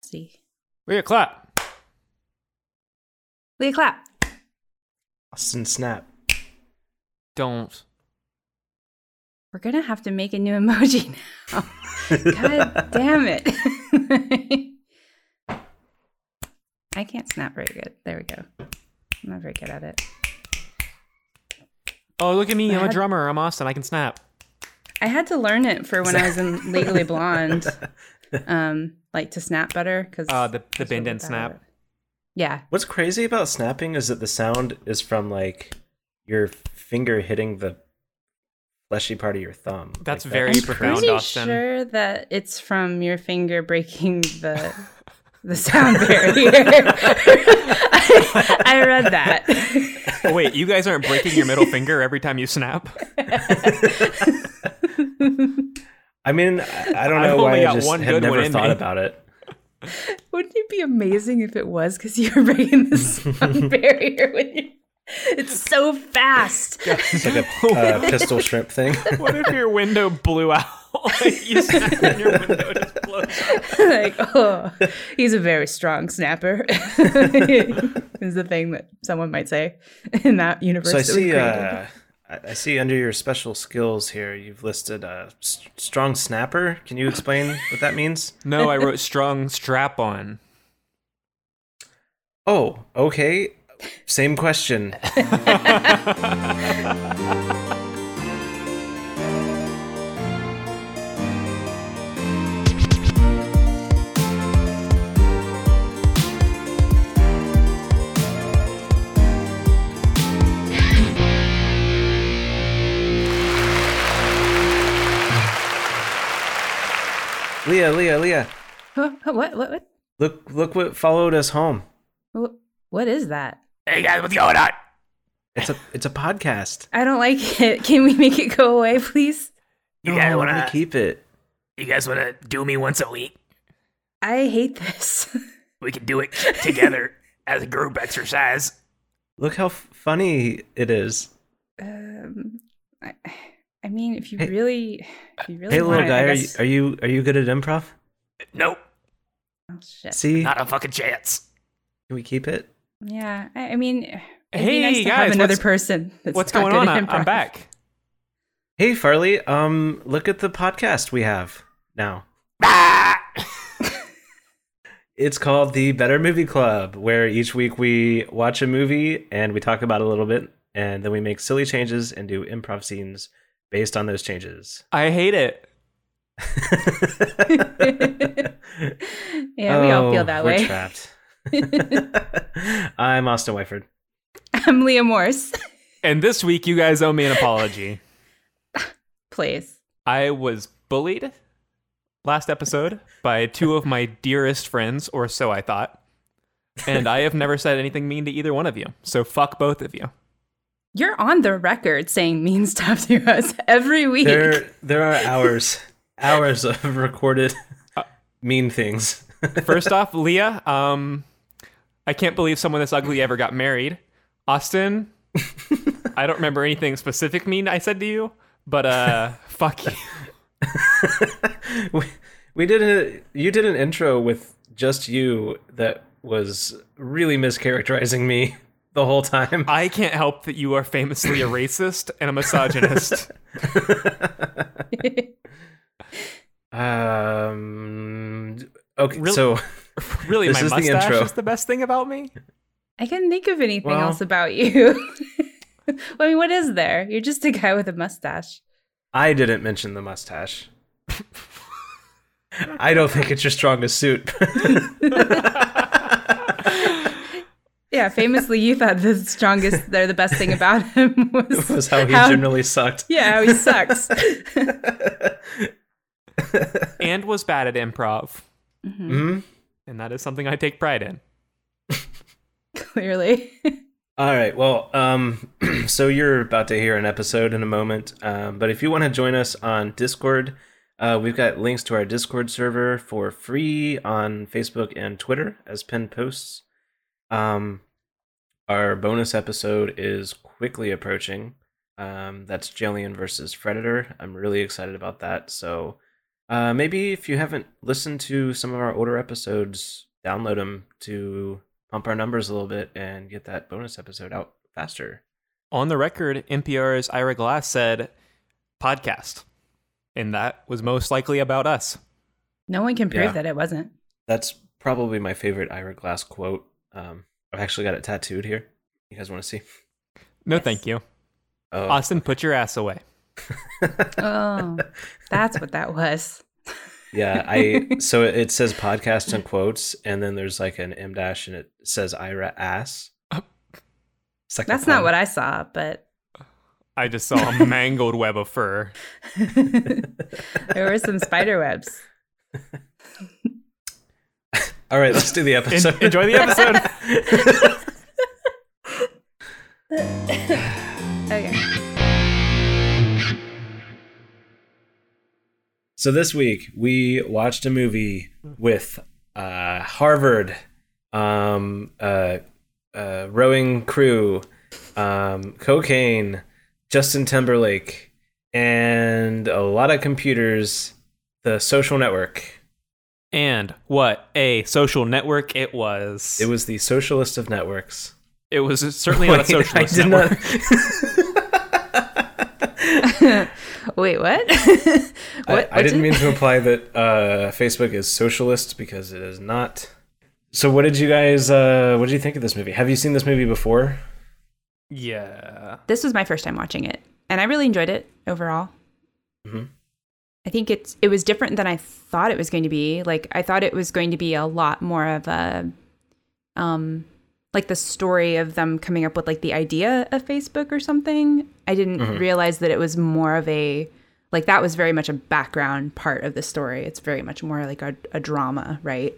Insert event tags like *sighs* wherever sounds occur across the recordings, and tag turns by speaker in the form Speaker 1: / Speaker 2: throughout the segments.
Speaker 1: see.
Speaker 2: We a clap.
Speaker 1: Leah, clap.
Speaker 3: Austin Snap.
Speaker 2: Don't.
Speaker 1: We're gonna have to make a new *laughs* emoji now. God damn it! *laughs* I can't snap very good. There we go. I'm not very good at it.
Speaker 2: Oh, look at me.
Speaker 1: I
Speaker 2: I'm a
Speaker 1: had-
Speaker 2: drummer. I'm Austin. I can snap.
Speaker 1: I had to learn it for when I was in Legally Blonde, um, like to snap better because
Speaker 2: Uh, the, the bend and snap.
Speaker 1: Yeah,
Speaker 3: What's crazy about snapping is that the sound is from like your finger hitting the fleshy part of your thumb.
Speaker 2: That's
Speaker 3: Like,
Speaker 2: very
Speaker 1: I'm
Speaker 2: profound,
Speaker 1: pretty
Speaker 2: Austin.
Speaker 1: sure that it's from your finger breaking the the sound barrier. *laughs* I, I read that. *laughs*
Speaker 2: Oh, wait, you guys aren't breaking your middle finger every time you snap?
Speaker 3: I mean, I, I
Speaker 2: *laughs*
Speaker 3: don't
Speaker 2: I've
Speaker 3: know
Speaker 2: only
Speaker 3: why I
Speaker 2: got
Speaker 3: just
Speaker 2: one
Speaker 3: have
Speaker 2: good one
Speaker 3: never
Speaker 2: in
Speaker 3: thought
Speaker 2: me. *laughs*
Speaker 3: about it.
Speaker 1: Wouldn't it be amazing if it was because you were breaking
Speaker 3: *laughs*
Speaker 1: the sound barrier when you? *laughs* It's so
Speaker 3: *laughs*
Speaker 1: fast.
Speaker 3: It's like a uh, pistol shrimp
Speaker 2: *laughs*
Speaker 3: thing.
Speaker 2: *laughs* What if your window blew out? *laughs* you snap and your window just blows
Speaker 1: *laughs*
Speaker 2: out.
Speaker 1: like, oh, he's a very strong snapper. *laughs* is the thing that someone might say in that universe.
Speaker 3: so I
Speaker 1: that we
Speaker 3: see.
Speaker 1: created.
Speaker 3: Uh, I I see under your special skills here, you've listed a s- strong snapper. Can you explain what that means?
Speaker 2: No, I wrote strong strap on.
Speaker 3: Oh, okay. Same question. Leah, Leah, Leah,
Speaker 1: Huh? *laughs* what, what, what,
Speaker 3: look, look what followed us home.
Speaker 1: what, what is that?
Speaker 2: Hey guys, what's going on?
Speaker 3: It's a, it's a podcast.
Speaker 1: I don't like it. *laughs* Can we make it go away, please?
Speaker 3: You guys want to keep it?
Speaker 4: You guys want to do me once a week?
Speaker 1: I hate this. *laughs*
Speaker 4: We can do it together as a group exercise.
Speaker 3: Look how f- funny it is.
Speaker 1: Um, I, I mean, if you
Speaker 3: Hey-
Speaker 1: really, if you really
Speaker 3: Hey,
Speaker 1: want
Speaker 3: little
Speaker 1: it,
Speaker 3: guy,
Speaker 1: I
Speaker 3: are you,
Speaker 1: guess-
Speaker 3: are you are you good at improv?
Speaker 4: Nope,
Speaker 1: oh, shit.
Speaker 3: See,
Speaker 4: not a fucking chance.
Speaker 3: can we keep it?
Speaker 1: Yeah, I, I mean, it'd
Speaker 2: Hey,
Speaker 1: be nice to
Speaker 2: guys,
Speaker 1: have another
Speaker 2: what's-
Speaker 1: person. That's
Speaker 2: What's
Speaker 1: not
Speaker 2: going
Speaker 1: good
Speaker 2: on?
Speaker 1: at
Speaker 2: I'm, I'm
Speaker 1: improv.
Speaker 2: back.
Speaker 3: Hey, Farley, um, look at the podcast we have now. It's called the Better Movie Club, where each week we watch a movie and we talk about it a little bit, and then we make silly changes and do improv scenes based on those changes.
Speaker 2: I hate it.
Speaker 1: *laughs* *laughs* Yeah, we all
Speaker 3: Oh,
Speaker 1: feel that
Speaker 3: we're
Speaker 1: way.
Speaker 3: Trapped. *laughs* I'm Austin Wyford.
Speaker 1: *laughs* I'm Leah Morse.
Speaker 2: And this week, you guys owe me an apology.
Speaker 1: *laughs* Please.
Speaker 2: I was bullied last episode by two of
Speaker 3: *laughs*
Speaker 2: my dearest friends, or so I thought. And I have never said anything mean to either one of you. So fuck both of you.
Speaker 1: You're on the record saying mean stuff to us *laughs* every week.
Speaker 3: There, *laughs* there are hours, hours of recorded mean things. *laughs*
Speaker 2: First off, Leah, um, I can't believe someone this ugly ever got married. Austin, I don't remember anything specific mean I said to you, but uh, fuck you.
Speaker 3: we, we did a you did an intro with just you that was really mischaracterizing me the whole time.
Speaker 2: I can't help that you are famously a racist and a
Speaker 3: *laughs*
Speaker 2: misogynist.
Speaker 3: Um. Okay.
Speaker 2: Really-
Speaker 3: So
Speaker 2: Really,
Speaker 3: This
Speaker 2: my
Speaker 3: is the
Speaker 2: mustache
Speaker 3: intro.
Speaker 2: is the best thing about me.
Speaker 1: I couldn't think of anything
Speaker 3: Well-
Speaker 1: else about you. *laughs* I mean, what is there? You're just a guy with a mustache.
Speaker 3: I didn't mention the mustache. I don't think it's your strongest suit. *laughs*
Speaker 1: Yeah, famously, you thought the strongest, they're the best thing about *laughs* him was,
Speaker 3: *laughs* was how he generally sucked.
Speaker 1: *laughs* Yeah, how he sucks. *laughs*
Speaker 2: and was bad at improv.
Speaker 3: hmm
Speaker 2: And that is something I take pride in.
Speaker 1: Clearly. *laughs*
Speaker 3: All right. Well, um, *clears throat* so you're about to hear an episode in a moment. Um, but if you want to join us on Discord, uh, we've got links to our Discord server for free on Facebook and Twitter as pinned posts. Um, our bonus episode is quickly approaching. Um, that's Jillian versus Predator. I'm really excited about that. So Uh, maybe if you haven't listened to some of our older episodes, download them to pump our numbers a little bit and get that bonus episode out faster.
Speaker 2: On the record, NPR's Ira Glass said, podcast. And that was most likely about us.
Speaker 1: No one can prove
Speaker 3: Yeah.
Speaker 1: that it wasn't.
Speaker 3: That's probably my favorite Ira Glass quote. Um, I've actually got it tattooed here. You guys want to see?
Speaker 2: No,
Speaker 1: Yes.
Speaker 2: thank you.
Speaker 3: Oh,
Speaker 2: Austin, put your ass away.
Speaker 1: Oh, that's what that was.
Speaker 3: yeah. I so it says podcast and quotes, and then there's like an M dash, and it says Ira ass. Second
Speaker 1: That's not what I saw, but
Speaker 2: I just saw *laughs* a mangled web of fur.
Speaker 1: there were some spider webs.
Speaker 3: All right, let's do the
Speaker 2: En-
Speaker 3: episode. *laughs*
Speaker 2: enjoy *laughs* the episode.
Speaker 1: *laughs* Okay.
Speaker 3: So this week we watched a movie with uh, Harvard um, uh, uh, rowing crew, um, cocaine, Justin Timberlake, and a lot of computers. The Social Network.
Speaker 2: and what a social network it was.
Speaker 3: It was the socialist of networks.
Speaker 2: It was certainly not a
Speaker 3: *laughs* Wait, I
Speaker 2: socialist
Speaker 3: did
Speaker 2: network.
Speaker 1: Wait, what? what?
Speaker 3: *laughs* I- I,
Speaker 1: what *laughs*
Speaker 3: didn't mean to imply that uh, Facebook is socialist because it is not. So, what did you guys? Uh, what did you think of this movie? Have you seen this movie before?
Speaker 2: Yeah.
Speaker 1: This was my first time watching it, and I really enjoyed it overall.
Speaker 3: Mhm.
Speaker 1: I think it's it was different than I thought it was going to be. Like I thought it was going to be a lot more of a, um, like the story of them coming up with like the idea of Facebook or something. I didn't realize that it was more of a like that was very much a background part of the story. It's very much more like a, a drama, right?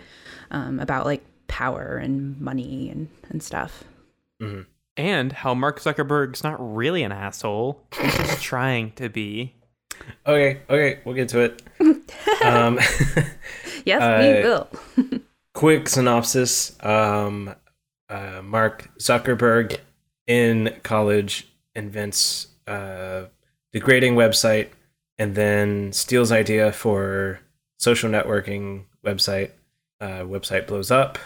Speaker 1: Um, about like power and money and and stuff.
Speaker 2: And how Mark Zuckerberg's not really an asshole. He's just trying to be.
Speaker 3: Okay, okay, we'll get to it. um, *laughs*
Speaker 1: Yes,
Speaker 3: Uh,
Speaker 1: we will.
Speaker 3: quick synopsis: um, uh, Mark Zuckerberg in college invents a degrading website and then steals idea for social networking website. Uh, website blows up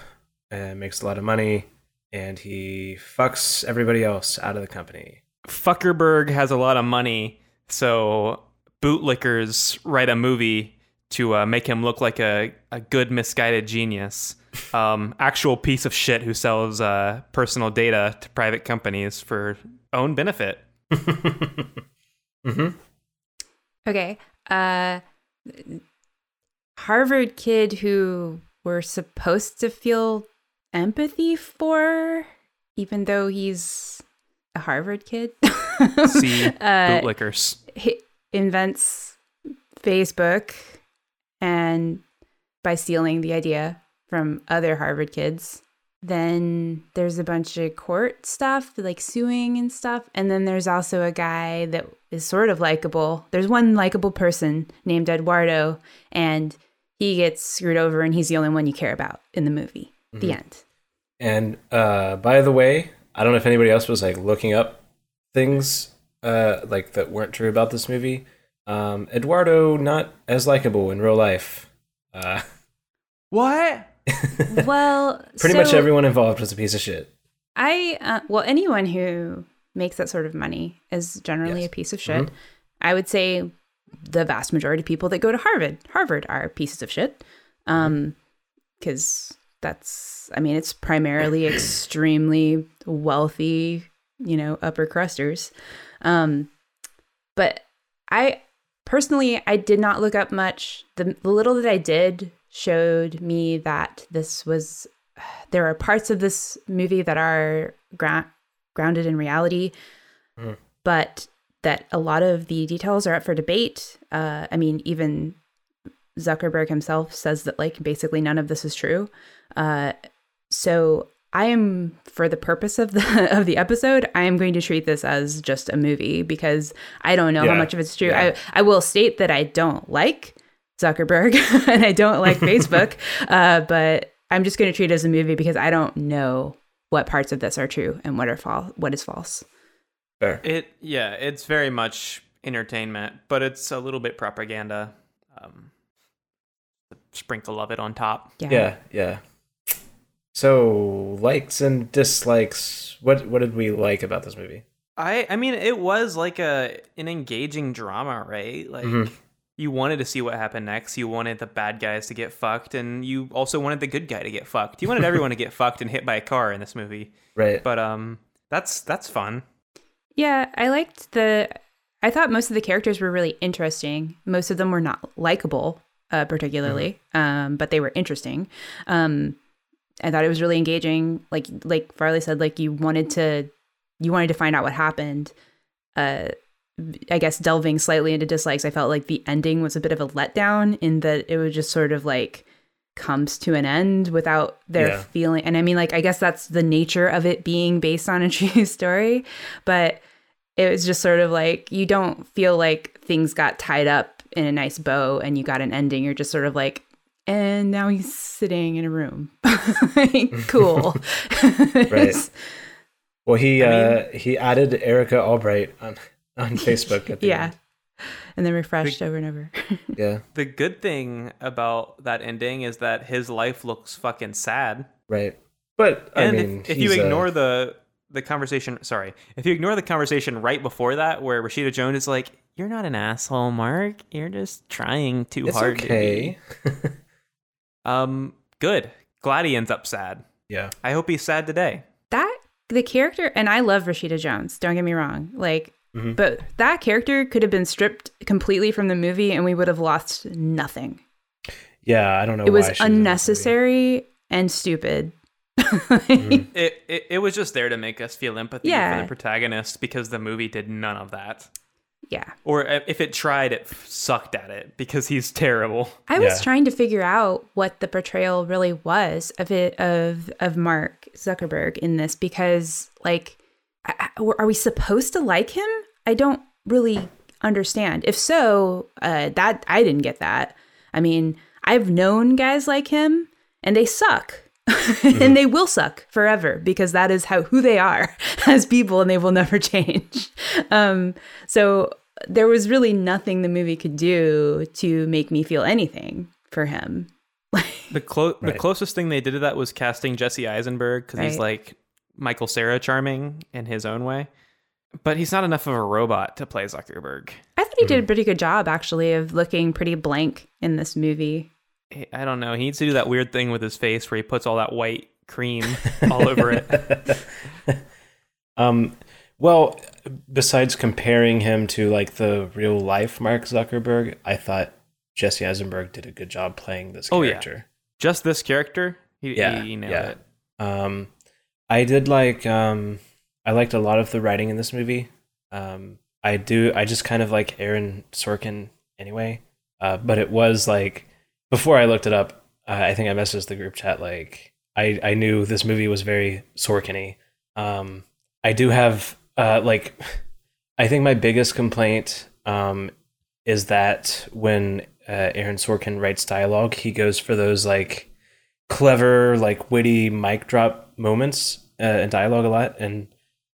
Speaker 3: and makes a lot of money, and he fucks everybody else out of the company.
Speaker 2: Fuckerberg has a lot of money, so bootlickers write a movie to uh, make him look like a, a good misguided *laughs* genius. Um, actual piece of shit who sells uh, personal data to private companies for own benefit.
Speaker 3: Mhm.
Speaker 1: Okay. Uh Harvard kid who we're supposed to feel empathy for even though he's a Harvard kid.
Speaker 2: *laughs* See
Speaker 1: uh,
Speaker 2: bootlickers.
Speaker 1: he invents Facebook and by stealing the idea from other Harvard kids. Then there's a bunch of court stuff, like suing and stuff. And then there's also a guy that is sort of likable. There's one likable person named Eduardo, and he gets screwed over, and he's the only one you care about in the movie.
Speaker 3: Mm-hmm.
Speaker 1: The end.
Speaker 3: And uh, by the way, I don't know if anybody else was like looking up things uh, like that weren't true about this movie. Um, Eduardo not as likable in real life. Uh, *laughs*
Speaker 2: What?
Speaker 1: well,
Speaker 3: pretty much
Speaker 1: so-
Speaker 3: everyone involved was a piece of shit.
Speaker 1: I uh, well, anyone who makes that sort of money is generally
Speaker 3: Yes.
Speaker 1: a piece of shit. I would say the vast majority of people that go to Harvard, Harvard are pieces of shit. Um, because that's, I mean, it's primarily extremely wealthy, you know, upper crusters. Um, but I personally, I did not look up much. The, the little that I did showed me that this was *sighs* there are parts of this movie that are gra- grounded in reality, but that a lot of the details are up for debate. Uh, I mean, even Zuckerberg himself says that like basically none of this is true. Uh, so I am, for the purpose of the *laughs* of the episode, I am going to treat this as just a movie because I don't know
Speaker 3: Yeah.
Speaker 1: how much of it's true.
Speaker 3: Yeah.
Speaker 1: I I will state that I don't like Zuckerberg *laughs* and I don't like Facebook, uh, but I'm just going to treat it as a movie because I don't know what parts of this are true and what are false, what is false.
Speaker 3: Fair.
Speaker 2: It yeah, it's very much entertainment, but it's a little bit propaganda. Um, sprinkle of it on top.
Speaker 1: Yeah.
Speaker 3: Yeah, yeah. So likes and dislikes. What what did we like about this movie?
Speaker 2: I I mean it was like a an engaging drama, right? Like
Speaker 3: Mhm.
Speaker 2: you wanted to see what happened next. You wanted the bad guys to get fucked and you also wanted the good guy to get fucked.
Speaker 3: *laughs*
Speaker 2: You wanted everyone to get fucked and hit by a car in this movie.
Speaker 3: Right.
Speaker 2: But um that's that's fun.
Speaker 1: Yeah, I liked the. I thought most of the characters were really interesting. Most of them were not likable, uh, particularly, um, but they were interesting. Um, I thought it was really engaging. Like like Farley said, like you wanted to, you wanted to find out what happened. Uh, I guess delving slightly into dislikes, I felt like the ending was a bit of a letdown in that it was just sort of like comes to an end without their
Speaker 3: Yeah.
Speaker 1: feeling. And I mean, like I guess that's the nature of it being based on a true *laughs* story, but it was just sort of like you don't feel like things got tied up in a nice bow and you got an ending. You're just sort of like, and now he's sitting in a room. *laughs* cool.
Speaker 3: *laughs*
Speaker 1: *laughs*
Speaker 3: Right. Well, he
Speaker 2: I
Speaker 3: uh, he added Erica Albright on
Speaker 1: *laughs*
Speaker 3: on Facebook at the
Speaker 1: Yeah.
Speaker 3: end.
Speaker 1: And then refreshed over and over.
Speaker 3: Yeah.
Speaker 2: The good thing about that ending is that his life looks fucking sad.
Speaker 3: Right. But I
Speaker 2: and
Speaker 3: mean,
Speaker 2: if, if you
Speaker 3: he's uh, a-
Speaker 2: ignore the the conversation, sorry, if you ignore the conversation right before that, where Rashida Jones is like, "You're not an asshole, Mark. You're just trying too
Speaker 3: it's
Speaker 2: hard." To
Speaker 3: okay.
Speaker 2: be. Um, good. Glad he ends up sad.
Speaker 3: Yeah.
Speaker 2: I hope he's sad today.
Speaker 1: That the character and I love Rashida Jones, don't get me wrong. Like
Speaker 3: Mhm.
Speaker 1: but that character could have been stripped completely from the movie and we would have lost nothing.
Speaker 3: Yeah. Oh, I don't know.
Speaker 1: it
Speaker 3: why
Speaker 1: was
Speaker 3: she in this movie.
Speaker 1: unnecessary and stupid. *laughs*
Speaker 3: Mm-hmm.
Speaker 2: It, it it was just there to make us feel empathy for
Speaker 1: Yeah.
Speaker 2: the protagonist because the movie did none of that.
Speaker 1: yeah.
Speaker 2: Or i- if it tried, it f- sucked at it because he's terrible.
Speaker 1: I was
Speaker 3: Yeah.
Speaker 1: trying to figure out what the portrayal really was of it of of Mark Zuckerberg in this because like I- I- are we supposed to like him? I don't really understand. If so, uh, that I didn't get that. I mean, I've known guys like him and they suck. *laughs* and they will suck forever because that is how who they are *laughs* as people and they will never *laughs* change. Um, so there was really nothing the movie could do to make me feel anything for him.
Speaker 2: The clo- the
Speaker 3: Right.
Speaker 2: closest thing they did to that was casting Jesse Eisenberg because he's
Speaker 1: Right.
Speaker 2: like Michael Sarah charming in his own way, but he's not enough of a robot to play Zuckerberg.
Speaker 1: I thought he did a
Speaker 2: Mm.
Speaker 1: pretty good job actually of looking pretty blank in this movie.
Speaker 2: He- I don't know. He needs to do that weird thing with his face where he puts all that white
Speaker 3: *laughs*
Speaker 2: cream all over it.
Speaker 3: Um, well, besides comparing him to like the real life Mark Zuckerberg, I thought Jesse Eisenberg did a good job playing this
Speaker 2: Oh, yeah.
Speaker 3: character.
Speaker 2: Just this character, he,
Speaker 3: Yeah,
Speaker 2: he nailed
Speaker 3: yeah.
Speaker 2: it.
Speaker 3: Um, I did like um, I liked a lot of the writing in this movie. Um, I do. I just kind of like Aaron Sorkin anyway. Uh, but it was like before I looked it up. Uh, I think I messaged the group chat like I I knew this movie was very Sorkin-y. Um, I do have uh like *laughs* I think my biggest complaint um is that when uh, Aaron Sorkin writes dialogue, he goes for those like clever, like witty mic drop moments uh, in dialogue a lot, and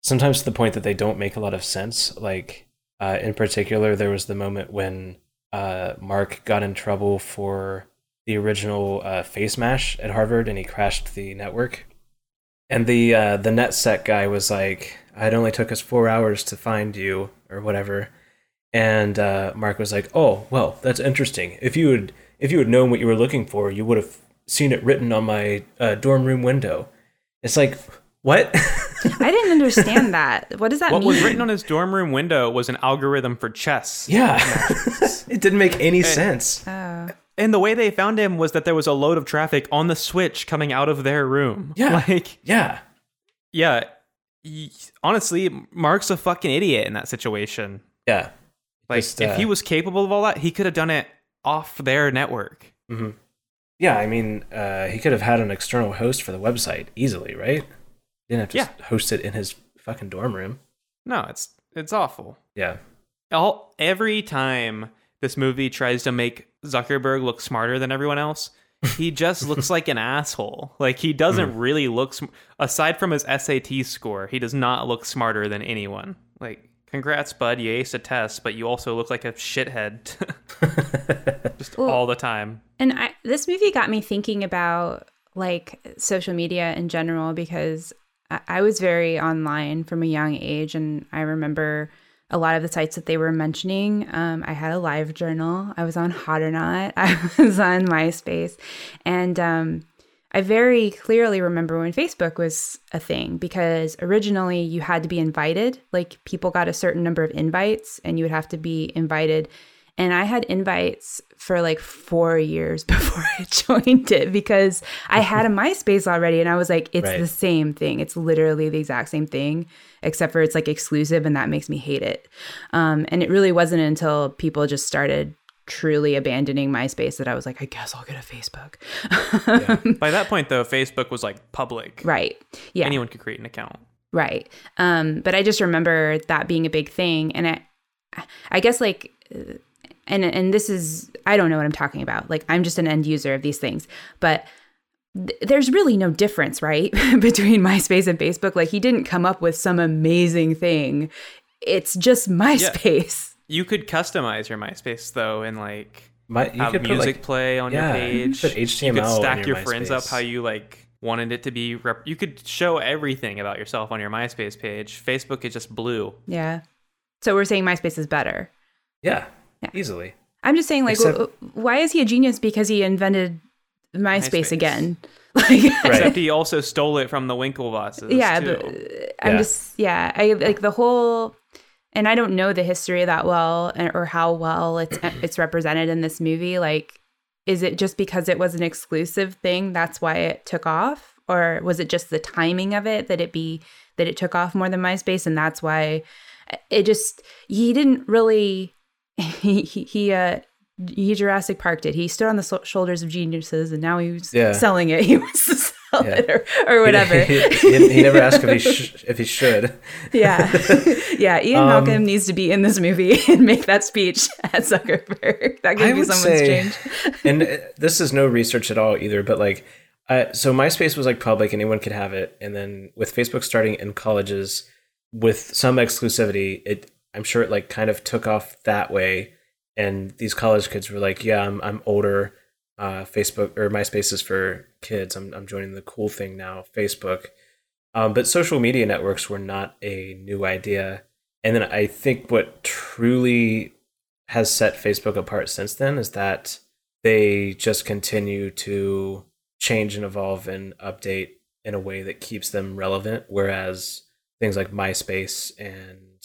Speaker 3: sometimes to the point that they don't make a lot of sense. Like uh, in particular, there was the moment when uh, Mark got in trouble for the original uh, face mash at Harvard, and he crashed the network. And the uh, the NetSec guy was like, "It only took us four hours to find you, or whatever." And uh, Mark was like, "Oh, well, that's interesting. If you had if you had known what you were looking for, you would have seen it written on my uh, dorm room window." It's like, what? *laughs*
Speaker 1: I didn't *laughs* understand that. What does that
Speaker 2: What
Speaker 1: mean?
Speaker 2: was written on his dorm room window was an algorithm for chess.
Speaker 3: yeah, *laughs* it didn't make any sense.
Speaker 1: Oh.
Speaker 2: And the way they found him was that there was a load of traffic on the switch coming out of their room.
Speaker 3: Yeah.
Speaker 2: *laughs* Like
Speaker 3: Yeah,
Speaker 2: yeah y- honestly mark's a fucking idiot in that situation
Speaker 3: yeah,
Speaker 2: like
Speaker 3: Just,
Speaker 2: if
Speaker 3: uh,
Speaker 2: he was capable of all that he could have done it off their network
Speaker 3: hmm yeah. I mean, uh, he could have had an external host for the website easily, right? Didn't have to
Speaker 2: Yeah.
Speaker 3: host it in his fucking dorm room.
Speaker 2: no it's it's awful
Speaker 3: Yeah,
Speaker 2: all every time this movie tries to make zuckerberg look smarter than everyone else he just looks like an asshole like he doesn't really look sm- aside from his sat score he does not look smarter than anyone like Congrats, bud. You aced a test, but you also look like a shithead *laughs* just all the time.
Speaker 1: And I, this movie got me thinking about like social media in general because I, I was very online from a young age, and I remember a lot of the sites that they were mentioning. Um, I had a live journal. I was on Hot or Not. *laughs* I was on MySpace, and um, I very clearly remember when Facebook was a thing because originally you had to be invited. Like people got a certain number of invites, and you would have to be invited. And I had invites for like four years *laughs* before I joined it because I had a MySpace already. And I was like, it's
Speaker 3: Right.
Speaker 1: the same thing. It's literally the exact same thing, except for it's like exclusive. And that makes me hate it. Um, and it really wasn't until people just started truly abandoning MySpace that I was like, I guess I'll get a Facebook.
Speaker 2: By that point, though, Facebook was like public.
Speaker 1: right. Yeah.
Speaker 2: Anyone could create an account.
Speaker 1: Right. Um, but I just remember that being a big thing, and I, I guess like, uh, and and this is I don't know what I'm talking about. Like I'm just an end user of these things, but th- there's really no difference, right, *laughs* between MySpace and Facebook. Like he didn't come up with some amazing thing. It's just *laughs* MySpace.
Speaker 2: You could customize your MySpace though, and like
Speaker 3: My, you
Speaker 2: have
Speaker 3: could put,
Speaker 2: music
Speaker 3: like-
Speaker 2: play on
Speaker 3: yeah,
Speaker 2: your
Speaker 3: you could
Speaker 2: page.
Speaker 3: put
Speaker 2: you
Speaker 3: HTML
Speaker 2: could
Speaker 3: on
Speaker 2: stack
Speaker 3: your
Speaker 2: your, friends up
Speaker 3: MySpace.
Speaker 2: how you like wanted it to be. Rep- you could show everything about yourself on your MySpace page. Facebook is just blue.
Speaker 1: Yeah. So we're saying MySpace is better.
Speaker 3: yeah, easily.
Speaker 1: I'm just saying, like,
Speaker 3: Except-
Speaker 1: w- why is he a genius? Because he invented MySpace,
Speaker 2: MySpace.
Speaker 1: again. *laughs* Like,
Speaker 2: Except he also stole it from the Winklevosses.
Speaker 1: yeah
Speaker 2: too.
Speaker 1: but i'm
Speaker 3: Yeah.
Speaker 1: just yeah i like the whole and i don't know the history that well and- or how well it's uh, it's represented in this movie like is it just because it was an exclusive thing that's why it took off or was it just the timing of it that it be that it took off more than myspace and that's why uh, it just he didn't really *laughs* he he, he uh he Jurassic Park did. He stood on the so- shoulders of geniuses, and now he's
Speaker 3: Yeah.
Speaker 1: selling it. *laughs* He wants to sell
Speaker 3: Yeah.
Speaker 1: it or, or whatever.
Speaker 3: *laughs* He, he- he never asked if he sh- if he should. *laughs*
Speaker 1: Yeah. yeah. Ian
Speaker 3: Um,
Speaker 1: Malcolm needs to be in this movie *laughs* and make that speech at Zuckerberg. *laughs* That could be someone's change.
Speaker 3: *laughs* and uh, this is no research at all either, but like, I, so MySpace was like public, anyone could have it, and then with Facebook starting in colleges with some exclusivity, it I'm sure it like kind of took off that way, and these college kids were like, yeah, I'm I'm older, uh, Facebook or MySpace is for kids. I'm I'm joining the cool thing now, Facebook. Um, but social media networks were not a new idea. And then I think what truly has set Facebook apart since then is that they just continue to change and evolve and update in a way that keeps them relevant. Whereas things like MySpace and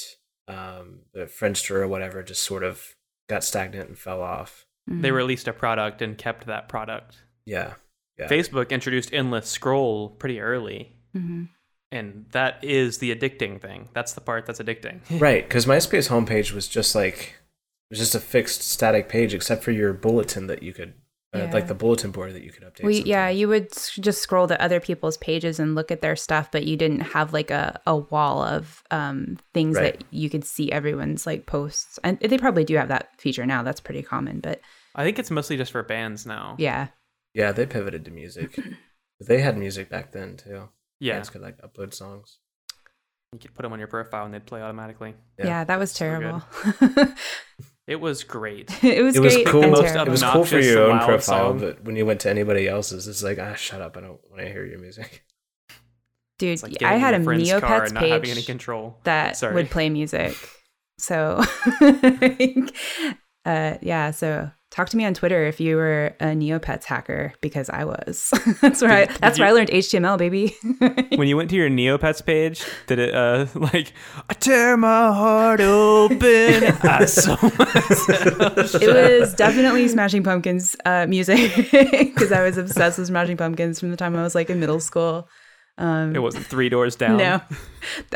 Speaker 3: um, the Friendster or whatever just sort of got stagnant and fell off.
Speaker 1: mm.
Speaker 2: They released a product and kept that product.
Speaker 3: Yeah. Yeah.
Speaker 2: Facebook introduced endless scroll pretty early,
Speaker 1: hmm
Speaker 2: and that is the addicting thing. That's the part that's addicting.
Speaker 1: Hmm.
Speaker 3: Right, because MySpace homepage was just like it was just a fixed static page, except for your bulletin that you could, uh,
Speaker 1: Yeah.
Speaker 3: like the bulletin board that you could update.
Speaker 1: Well, yeah,
Speaker 3: sometimes.
Speaker 1: you would s- just scroll to other people's pages and look at their stuff, but you didn't have like a, a wall of um, things
Speaker 3: Right.
Speaker 1: that you could see everyone's like posts. And they probably do have that feature now. That's pretty common, but
Speaker 2: I think it's mostly just for bands now.
Speaker 1: yeah.
Speaker 3: yeah, they pivoted to music.
Speaker 1: *clears throat*
Speaker 3: But they had music back then too.
Speaker 2: Yeah.
Speaker 3: Bands could like upload songs.
Speaker 2: You could put them on your profile and they'd play automatically.
Speaker 1: Yeah, that was terrible. *laughs*
Speaker 2: It was great.
Speaker 1: it was
Speaker 3: It was
Speaker 1: great.
Speaker 3: cool.
Speaker 1: and
Speaker 2: Most
Speaker 1: terrible.
Speaker 3: It was cool for
Speaker 2: Obnoxious,
Speaker 3: your own
Speaker 2: loud
Speaker 3: profile,
Speaker 2: song.
Speaker 3: but when you went to anybody else's, it's like ah, shut up! I don't want to hear your music. *laughs*
Speaker 1: Dude,
Speaker 2: It's
Speaker 1: I
Speaker 2: like getting
Speaker 1: had a
Speaker 2: in friend's car
Speaker 1: Neopets
Speaker 2: and not
Speaker 1: page.
Speaker 2: having any control.
Speaker 1: that
Speaker 2: Sorry.
Speaker 1: would play music.
Speaker 2: *laughs*
Speaker 1: So, *laughs* uh, yeah. So, talk to me on Twitter if you were a Neopets hacker because I was. *laughs* that's where I.
Speaker 2: Did- did
Speaker 1: That's where I
Speaker 2: you-
Speaker 1: learned HTML,
Speaker 2: *laughs*
Speaker 1: baby.
Speaker 2: When you went to your Neopets page, did it uh *laughs* like I tear my
Speaker 1: *laughs*
Speaker 2: heart open? I so
Speaker 1: it was definitely Smashing Pumpkins uh, music *laughs* because I was obsessed with Smashing Pumpkins from the time I was like in middle school.
Speaker 2: It wasn't three doors down.
Speaker 1: No,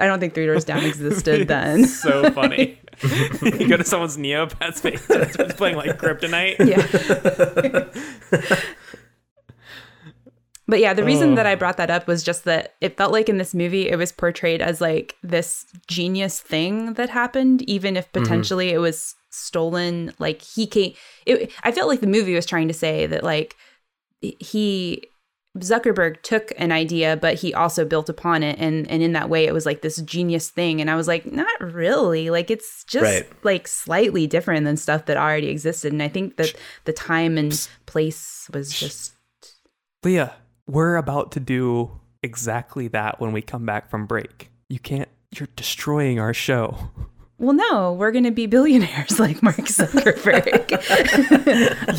Speaker 1: I don't think Three Doors
Speaker 2: *laughs*
Speaker 1: Down existed then.
Speaker 2: So funny. *laughs* you go to someone's Neopets page and it starts playing like kryptonite.
Speaker 1: yeah. *laughs* but yeah, the reason that I brought that up was just that it felt like in this movie it was portrayed as like this genius thing that happened, even if potentially it was stolen. Like he came, it, I felt like the movie was trying to say that like he Zuckerberg took an idea, but he also built upon it, and and in that way, it was like this genius thing. And I was like, not really. Like it's just
Speaker 3: Right.
Speaker 1: like slightly different than stuff that already existed. And I think that the time and place was just
Speaker 2: Leah, we're about to do exactly that when we come back from break. You can't, you're destroying our show. *laughs*
Speaker 1: well, no, we're gonna be billionaires *laughs* like Mark Zuckerberg.
Speaker 2: *laughs*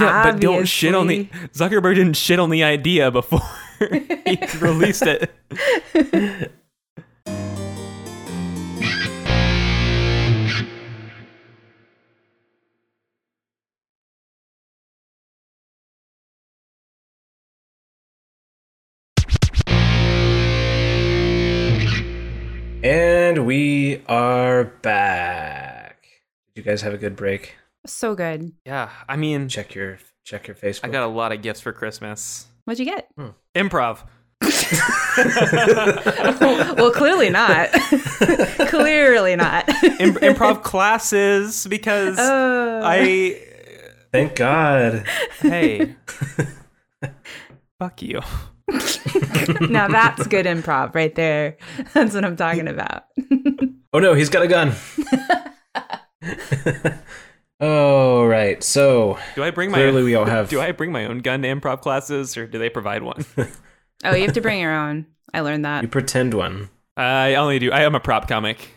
Speaker 2: Yeah, but don't shit on the. Zuckerberg didn't shit on the idea before *laughs*
Speaker 1: *laughs*
Speaker 2: he released it.
Speaker 3: And we are back. Did you guys have a good break?
Speaker 1: So good.
Speaker 2: Yeah, I mean,
Speaker 3: Check your check your Facebook.
Speaker 2: I got a lot of gifts for Christmas.
Speaker 1: What'd you get? *laughs*
Speaker 2: Improv.
Speaker 1: well, clearly not. *laughs* clearly not. *laughs*
Speaker 2: Im- improv classes because
Speaker 1: Oh.
Speaker 2: I.
Speaker 3: Thank God.
Speaker 1: *laughs*
Speaker 2: Hey. Fuck you.
Speaker 1: *laughs* now that's good improv right there. *laughs* That's what I'm talking about.
Speaker 3: Oh no, he's got
Speaker 2: *laughs*
Speaker 3: a gun. *laughs* All right. So
Speaker 2: Do I bring my
Speaker 3: clearly we all have.
Speaker 2: do I bring my own gun to improv classes or do they provide
Speaker 3: *laughs*
Speaker 2: one?
Speaker 1: Oh, you have to bring your own. I learned
Speaker 3: You
Speaker 1: that.
Speaker 3: pretend one.
Speaker 2: I only do. I am a prop comic.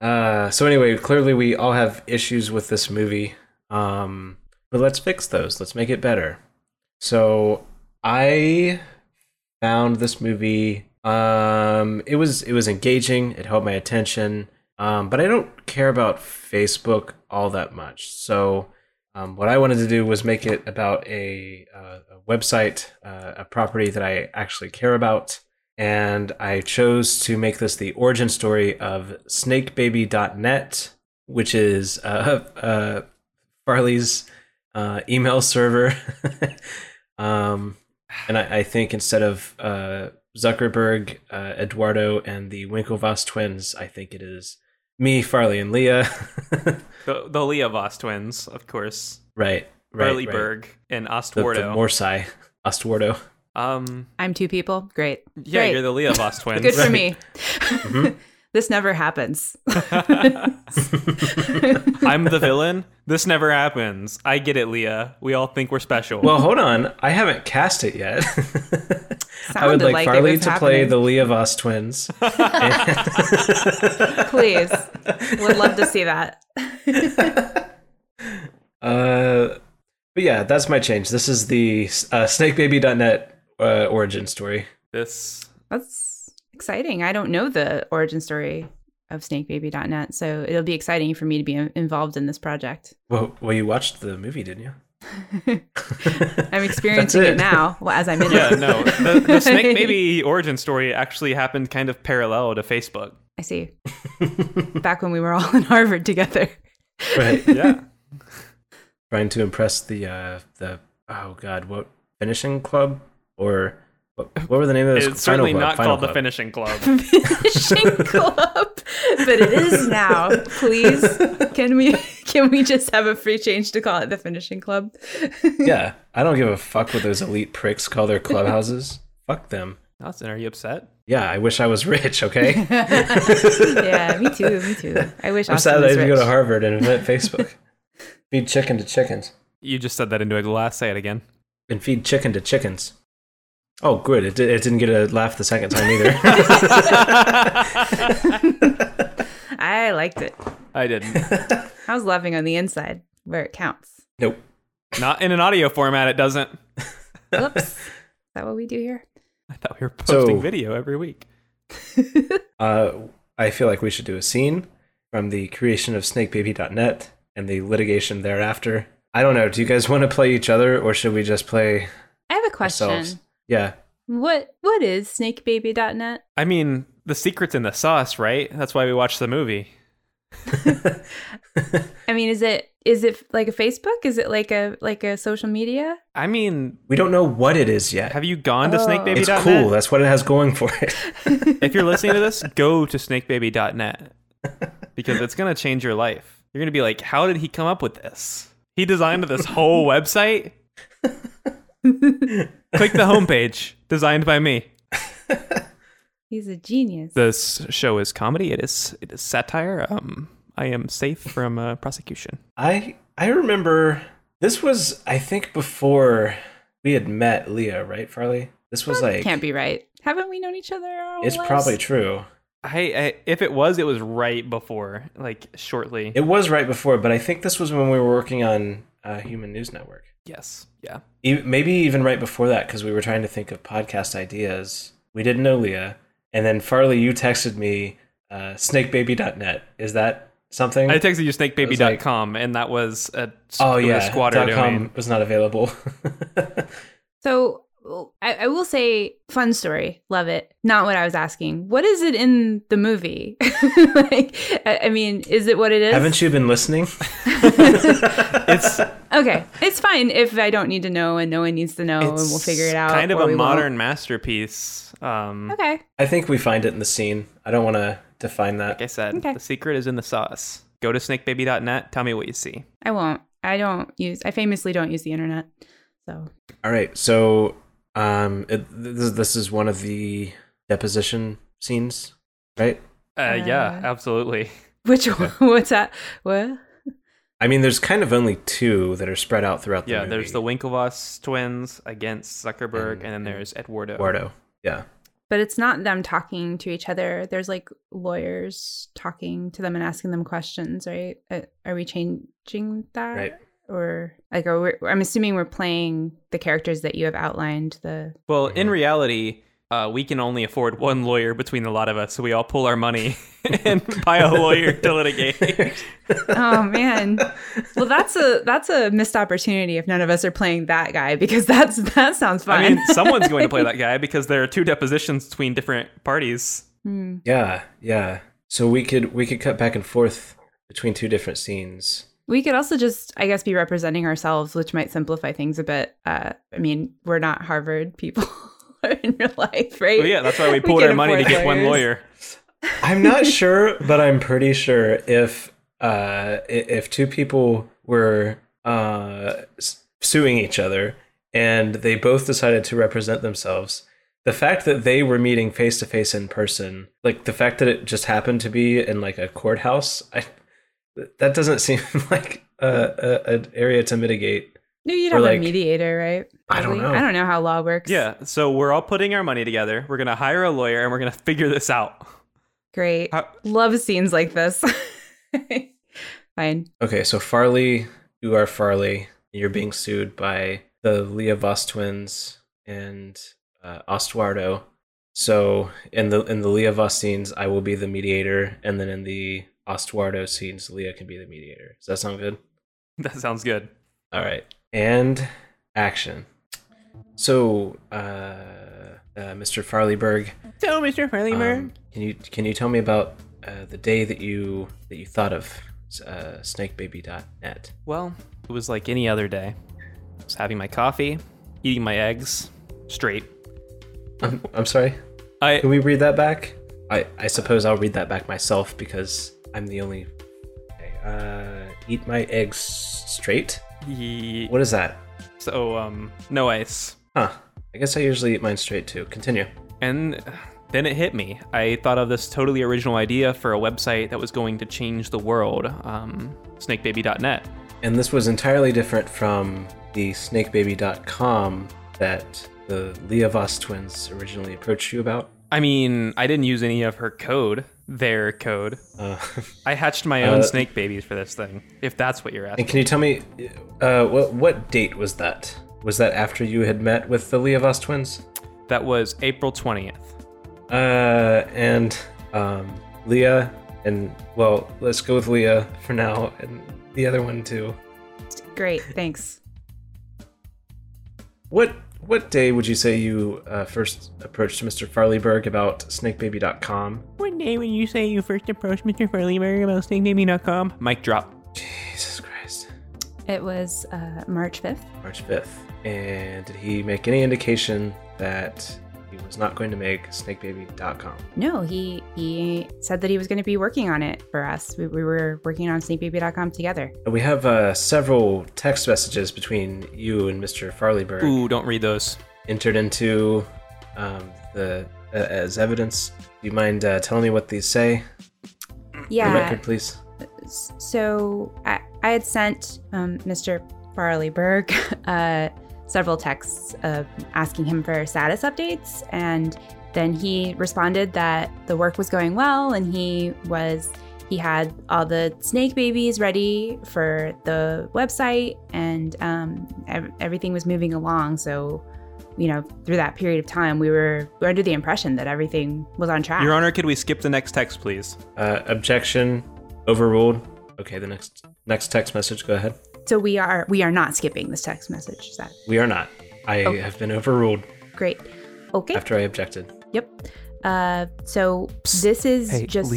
Speaker 3: Uh, so anyway, clearly we all have issues with this movie. Um, but let's fix those. Let's make it better. So I found this movie. Um, it was it was engaging. It held my attention. Um, but I don't care about Facebook all that much. So um, what I wanted to do was make it about a, uh, a website, uh, a property that I actually care about and I chose to make this the origin story of snakebaby.net, which is uh, *laughs* uh, Farley's uh, email server. *laughs* um, and I, I think instead of uh, Zuckerberg, uh, Eduardo, and the Winklevoss twins, I think it is me, Farley, and Leah. *laughs*
Speaker 2: The, the Leah Voss twins, of course.
Speaker 3: right. Right.
Speaker 2: Burley
Speaker 3: right.
Speaker 2: Berg and
Speaker 3: The, the
Speaker 2: Ostwardo.
Speaker 3: Morsai. Ostwardo.
Speaker 2: um,
Speaker 1: I'm two people. Great.
Speaker 2: yeah,
Speaker 1: Great.
Speaker 2: you're the
Speaker 1: *laughs*
Speaker 2: Leah Voss twins.
Speaker 1: Good for me. *laughs* this never happens. *laughs*
Speaker 2: I'm the villain. This never happens. I get it, Leah. We all think we're special.
Speaker 3: Well, Oh, hold on. I haven't cast it yet. *laughs* I would
Speaker 1: Sounded
Speaker 3: like,
Speaker 1: like it
Speaker 3: Farley
Speaker 1: was
Speaker 3: to play
Speaker 1: happening.
Speaker 3: the Leovas
Speaker 1: *laughs*
Speaker 3: twins. Uh,
Speaker 1: Please. Would love to see that.
Speaker 3: Uh, but yeah, that's my change. This is the uh, snakebaby.net uh, origin story.
Speaker 2: this
Speaker 1: That's exciting. I don't know the origin story of snakebaby.net, so it'll be exciting for me to be in- involved in this project.
Speaker 3: Well, well, you watched the movie,
Speaker 1: *laughs*
Speaker 3: didn't you?
Speaker 1: I'm experiencing it.
Speaker 3: it.
Speaker 1: now well, as I'm in
Speaker 2: *laughs* yeah,
Speaker 1: it.
Speaker 2: no. The, the
Speaker 1: *laughs*
Speaker 2: Snake Baby origin story actually happened kind of parallel to Facebook.
Speaker 1: I see. Back when we were all in Harvard together.
Speaker 3: Right.
Speaker 2: Yeah.
Speaker 3: Trying to impress the uh, the oh god, what finishing club or what, what were the name of this?
Speaker 2: It's certainly
Speaker 3: Final
Speaker 2: not
Speaker 3: club, Final
Speaker 2: called the
Speaker 3: Club.
Speaker 2: Finishing Club.
Speaker 1: *laughs*
Speaker 3: *laughs*
Speaker 1: Finishing club, but it is now. Please, can we can we just have a free change to call it the finishing club?
Speaker 3: Yeah, I don't give a fuck what those elite pricks call
Speaker 1: *laughs*
Speaker 3: their clubhouses. fuck them.
Speaker 2: Dawson, are you upset?
Speaker 3: Yeah, I wish I was rich.
Speaker 1: *laughs*
Speaker 3: Okay, I'm
Speaker 1: yeah, me too, me too. I wish Austin
Speaker 3: sad that I
Speaker 1: was
Speaker 3: didn't
Speaker 1: rich.
Speaker 3: go to Harvard and invent Facebook. Feed chicken to chickens.
Speaker 2: You just said that into a glass. Say it again.
Speaker 3: and feed chicken to chickens. Oh, good. It, di- it didn't get a laugh the second time either. *laughs*
Speaker 1: I liked it.
Speaker 2: I didn't.
Speaker 1: I was loving on the inside where it counts.
Speaker 3: nope.
Speaker 2: *laughs* Not in an audio format. It doesn't.
Speaker 3: *laughs*
Speaker 1: Whoops, is that what we do here?
Speaker 2: I thought we were posting
Speaker 3: So-
Speaker 2: video every week.
Speaker 3: Uh, I feel like we should do a scene from the creation of snakebaby.net and the litigation thereafter. I don't know. Do you guys want to play each other or should we just play
Speaker 1: I have a question.
Speaker 3: ourselves? Yeah.
Speaker 1: What what is snakebaby.net?
Speaker 2: I mean, the secret's in the sauce, right? That's why we watched the movie.
Speaker 1: I mean, is it is it like a Facebook? Is it like a like a social media?
Speaker 2: I mean,
Speaker 3: We don't know what it is yet.
Speaker 2: have you gone to snakebaby.net?
Speaker 3: Uh, It's cool. That's what it has going for it.
Speaker 2: *laughs* if you're listening to this, go to snakebaby.net because it's going to
Speaker 3: *laughs*
Speaker 2: change your life. You're going to be like, how did he come up with this? He designed this whole website? Click the homepage, designed by me.
Speaker 1: He's a genius.
Speaker 2: This show is comedy. It is it is satire. Um, I am safe from uh, prosecution.
Speaker 3: *laughs* I I remember this was I think before we had met Leah, right, Farley? This was like
Speaker 1: Can't be right. Haven't we known each other? our whole
Speaker 3: it's
Speaker 1: lives?
Speaker 3: probably true.
Speaker 2: I, I if it was, it was right before, like shortly.
Speaker 3: It was right before, but I think this was when we were working on uh, Human News Network.
Speaker 2: yes, yeah.
Speaker 3: E- Maybe even right before that, because we were trying to think of podcast ideas. We didn't know Leah, and then Farley, you texted me uh, snakebaby.net. Is that something?
Speaker 2: I texted you
Speaker 3: like-
Speaker 2: snakebaby.com, and that was a
Speaker 3: oh
Speaker 2: it was a
Speaker 3: yeah,
Speaker 2: squatter
Speaker 3: dot com *laughs*
Speaker 2: domain.
Speaker 3: was not available.
Speaker 1: So well, I, I will say, fun story, love it. Not what I was asking. What is it in the movie? *laughs* like, I, I mean, is it what it is?
Speaker 3: Haven't you been listening?
Speaker 2: It's
Speaker 1: okay, it's fine if I don't need to know and no one needs to know, Oh, and we'll figure it out.
Speaker 2: Kind of
Speaker 1: or
Speaker 2: a
Speaker 1: we won't.
Speaker 2: modern masterpiece. Um,
Speaker 1: Okay,
Speaker 3: I think we find it in the scene. I don't want to define that.
Speaker 2: Like I said,
Speaker 1: Okay.
Speaker 2: the secret is in the sauce. Go to snakebaby.net. Tell me what you see.
Speaker 1: I won't. I don't use. I famously don't use the internet. So
Speaker 3: All right, so um, it, this, this is one of the deposition scenes, right?
Speaker 2: Uh, yeah, absolutely.
Speaker 1: which *laughs* one? What's that? What?
Speaker 3: I mean, there's kind of only two that are spread out throughout the
Speaker 2: Yeah,
Speaker 3: movie.
Speaker 2: there's the Winklevoss twins against Zuckerberg,
Speaker 3: And-
Speaker 2: and, then there's Eduardo.
Speaker 3: Eduardo. Yeah,
Speaker 1: But it's not them talking to each other. There's like lawyers talking to them and asking them questions, right? Uh, Are we changing that?
Speaker 3: right.
Speaker 1: or like are we, i'm assuming we're playing the characters that you have outlined the
Speaker 2: Well, in reality, uh, we can only afford one lawyer between the lot of us, so we all pull our money *laughs* and buy a lawyer to litigate.
Speaker 1: *laughs* oh
Speaker 2: *laughs*
Speaker 1: man well that's a that's a missed opportunity if none of us are playing that guy because that's that sounds fun
Speaker 2: I mean, someone's going to play that guy because there are two depositions between different parties.
Speaker 1: *laughs* Hmm.
Speaker 3: Yeah, yeah. So we could we could cut back and forth between two different scenes.
Speaker 1: we could also just i guess be representing ourselves which might simplify things a bit uh i mean we're not harvard people *laughs* in real life right
Speaker 2: Well, yeah, that's why we
Speaker 1: *laughs* We
Speaker 2: pulled
Speaker 1: can
Speaker 2: our money to
Speaker 1: afford
Speaker 2: get one
Speaker 1: lawyers.
Speaker 2: lawyer.
Speaker 3: I'm not sure, but I'm pretty sure if uh, i- if two people were uh, s- suing each other and they both decided to represent themselves, the fact that they were meeting face to face in person, like the fact that it just happened to be in like a courthouse, I, that doesn't *laughs* seem like a, a, an area to mitigate.
Speaker 1: no you'd
Speaker 3: Or,
Speaker 1: have
Speaker 3: like,
Speaker 1: a mediator right
Speaker 3: I don't
Speaker 1: Probably.
Speaker 3: know.
Speaker 1: i don't know how law works
Speaker 2: Yeah, so we're all putting our money together. We're going to hire a lawyer and we're going to figure this out. *laughs*
Speaker 1: great
Speaker 2: How-
Speaker 1: love scenes like this *laughs* fine
Speaker 3: Okay, so Farley, you are Farley. You're being sued by the Leah Voss twins and uh, Ostuardo. So in the in the Leah Voss scenes, I will be the mediator, and then in the Ostuardo scenes, Leah can be the mediator. Does that sound good?
Speaker 2: That sounds good.
Speaker 3: All right, and action. So, uh, uh, Mr. Farleyberg,
Speaker 2: So, Mr.
Speaker 3: um, can you can you tell me about uh, the day that you that you thought of uh, SnakeBaby.net?
Speaker 2: well, it was like any other day. I was having my coffee, eating my eggs, straight.
Speaker 3: I'm, I'm sorry.
Speaker 2: I
Speaker 3: Can we read that back? I, I suppose I'll read that back myself because I'm the only. Okay, uh, eat my eggs straight.
Speaker 2: ye-
Speaker 3: What is that?
Speaker 2: so um no ice.
Speaker 3: Huh. I guess I usually eat mine straight too. Continue.
Speaker 2: And then it hit me. I thought of this totally original idea for a website that was going to change the world. Um, snakebaby.net.
Speaker 3: And this was entirely different from the snakebaby.com that the Leah Voss twins originally approached you about.
Speaker 2: I mean, I didn't use any of her code, their code.
Speaker 3: Uh, *laughs*
Speaker 2: I hatched my own
Speaker 3: Uh,
Speaker 2: snake babies for this thing, if that's what you're
Speaker 3: and
Speaker 2: asking.
Speaker 3: can you tell me, uh, what, what date was that? Was that after you had met with the Leah Voss twins?
Speaker 2: That was April 20th.
Speaker 3: Uh, and um, Leah, and well, let's go with Leah for now, and the other one too.
Speaker 1: great thanks
Speaker 3: What what day would you say you uh, first approached Mr. Farleyberg about SnakeBaby.com?
Speaker 2: One day *laughs* when you say you first approached Mr. Farleyberg about snakebaby.com, mic drop.
Speaker 3: Jesus Christ,
Speaker 1: It was uh, March 5th.
Speaker 3: March fifth. And did he make any indication that he was not going to make snakebaby.com.
Speaker 1: No, he he said that he was going to be working on it for us. We, we were working on sneakbaby.com together.
Speaker 3: We have uh, several text messages between you and Mr. Farleyberg
Speaker 2: Ooh, don't read those.
Speaker 3: entered into um, the uh, as evidence. Do you mind uh, telling me what these say? For the
Speaker 1: Yeah.
Speaker 3: record, please.
Speaker 1: So I, I had sent um, Mr. Farleyberg *laughs* uh, several texts uh, asking him for status updates, and then he responded that the work was going well, and he was he had all the snake babies ready for the website, and um, ev- everything was moving along. So, you know, through that period of time, we were, we were under the impression that everything was on track.
Speaker 2: Your Honor, could we skip the next text, please?
Speaker 3: Uh, objection overruled. Okay, the next next text message. Go ahead.
Speaker 1: so we are we are not skipping this text message. Is that
Speaker 3: We are not. I
Speaker 1: Oh.
Speaker 3: have been overruled
Speaker 1: Great. Okay.
Speaker 3: after I objected.
Speaker 1: Yep. Uh, so this is just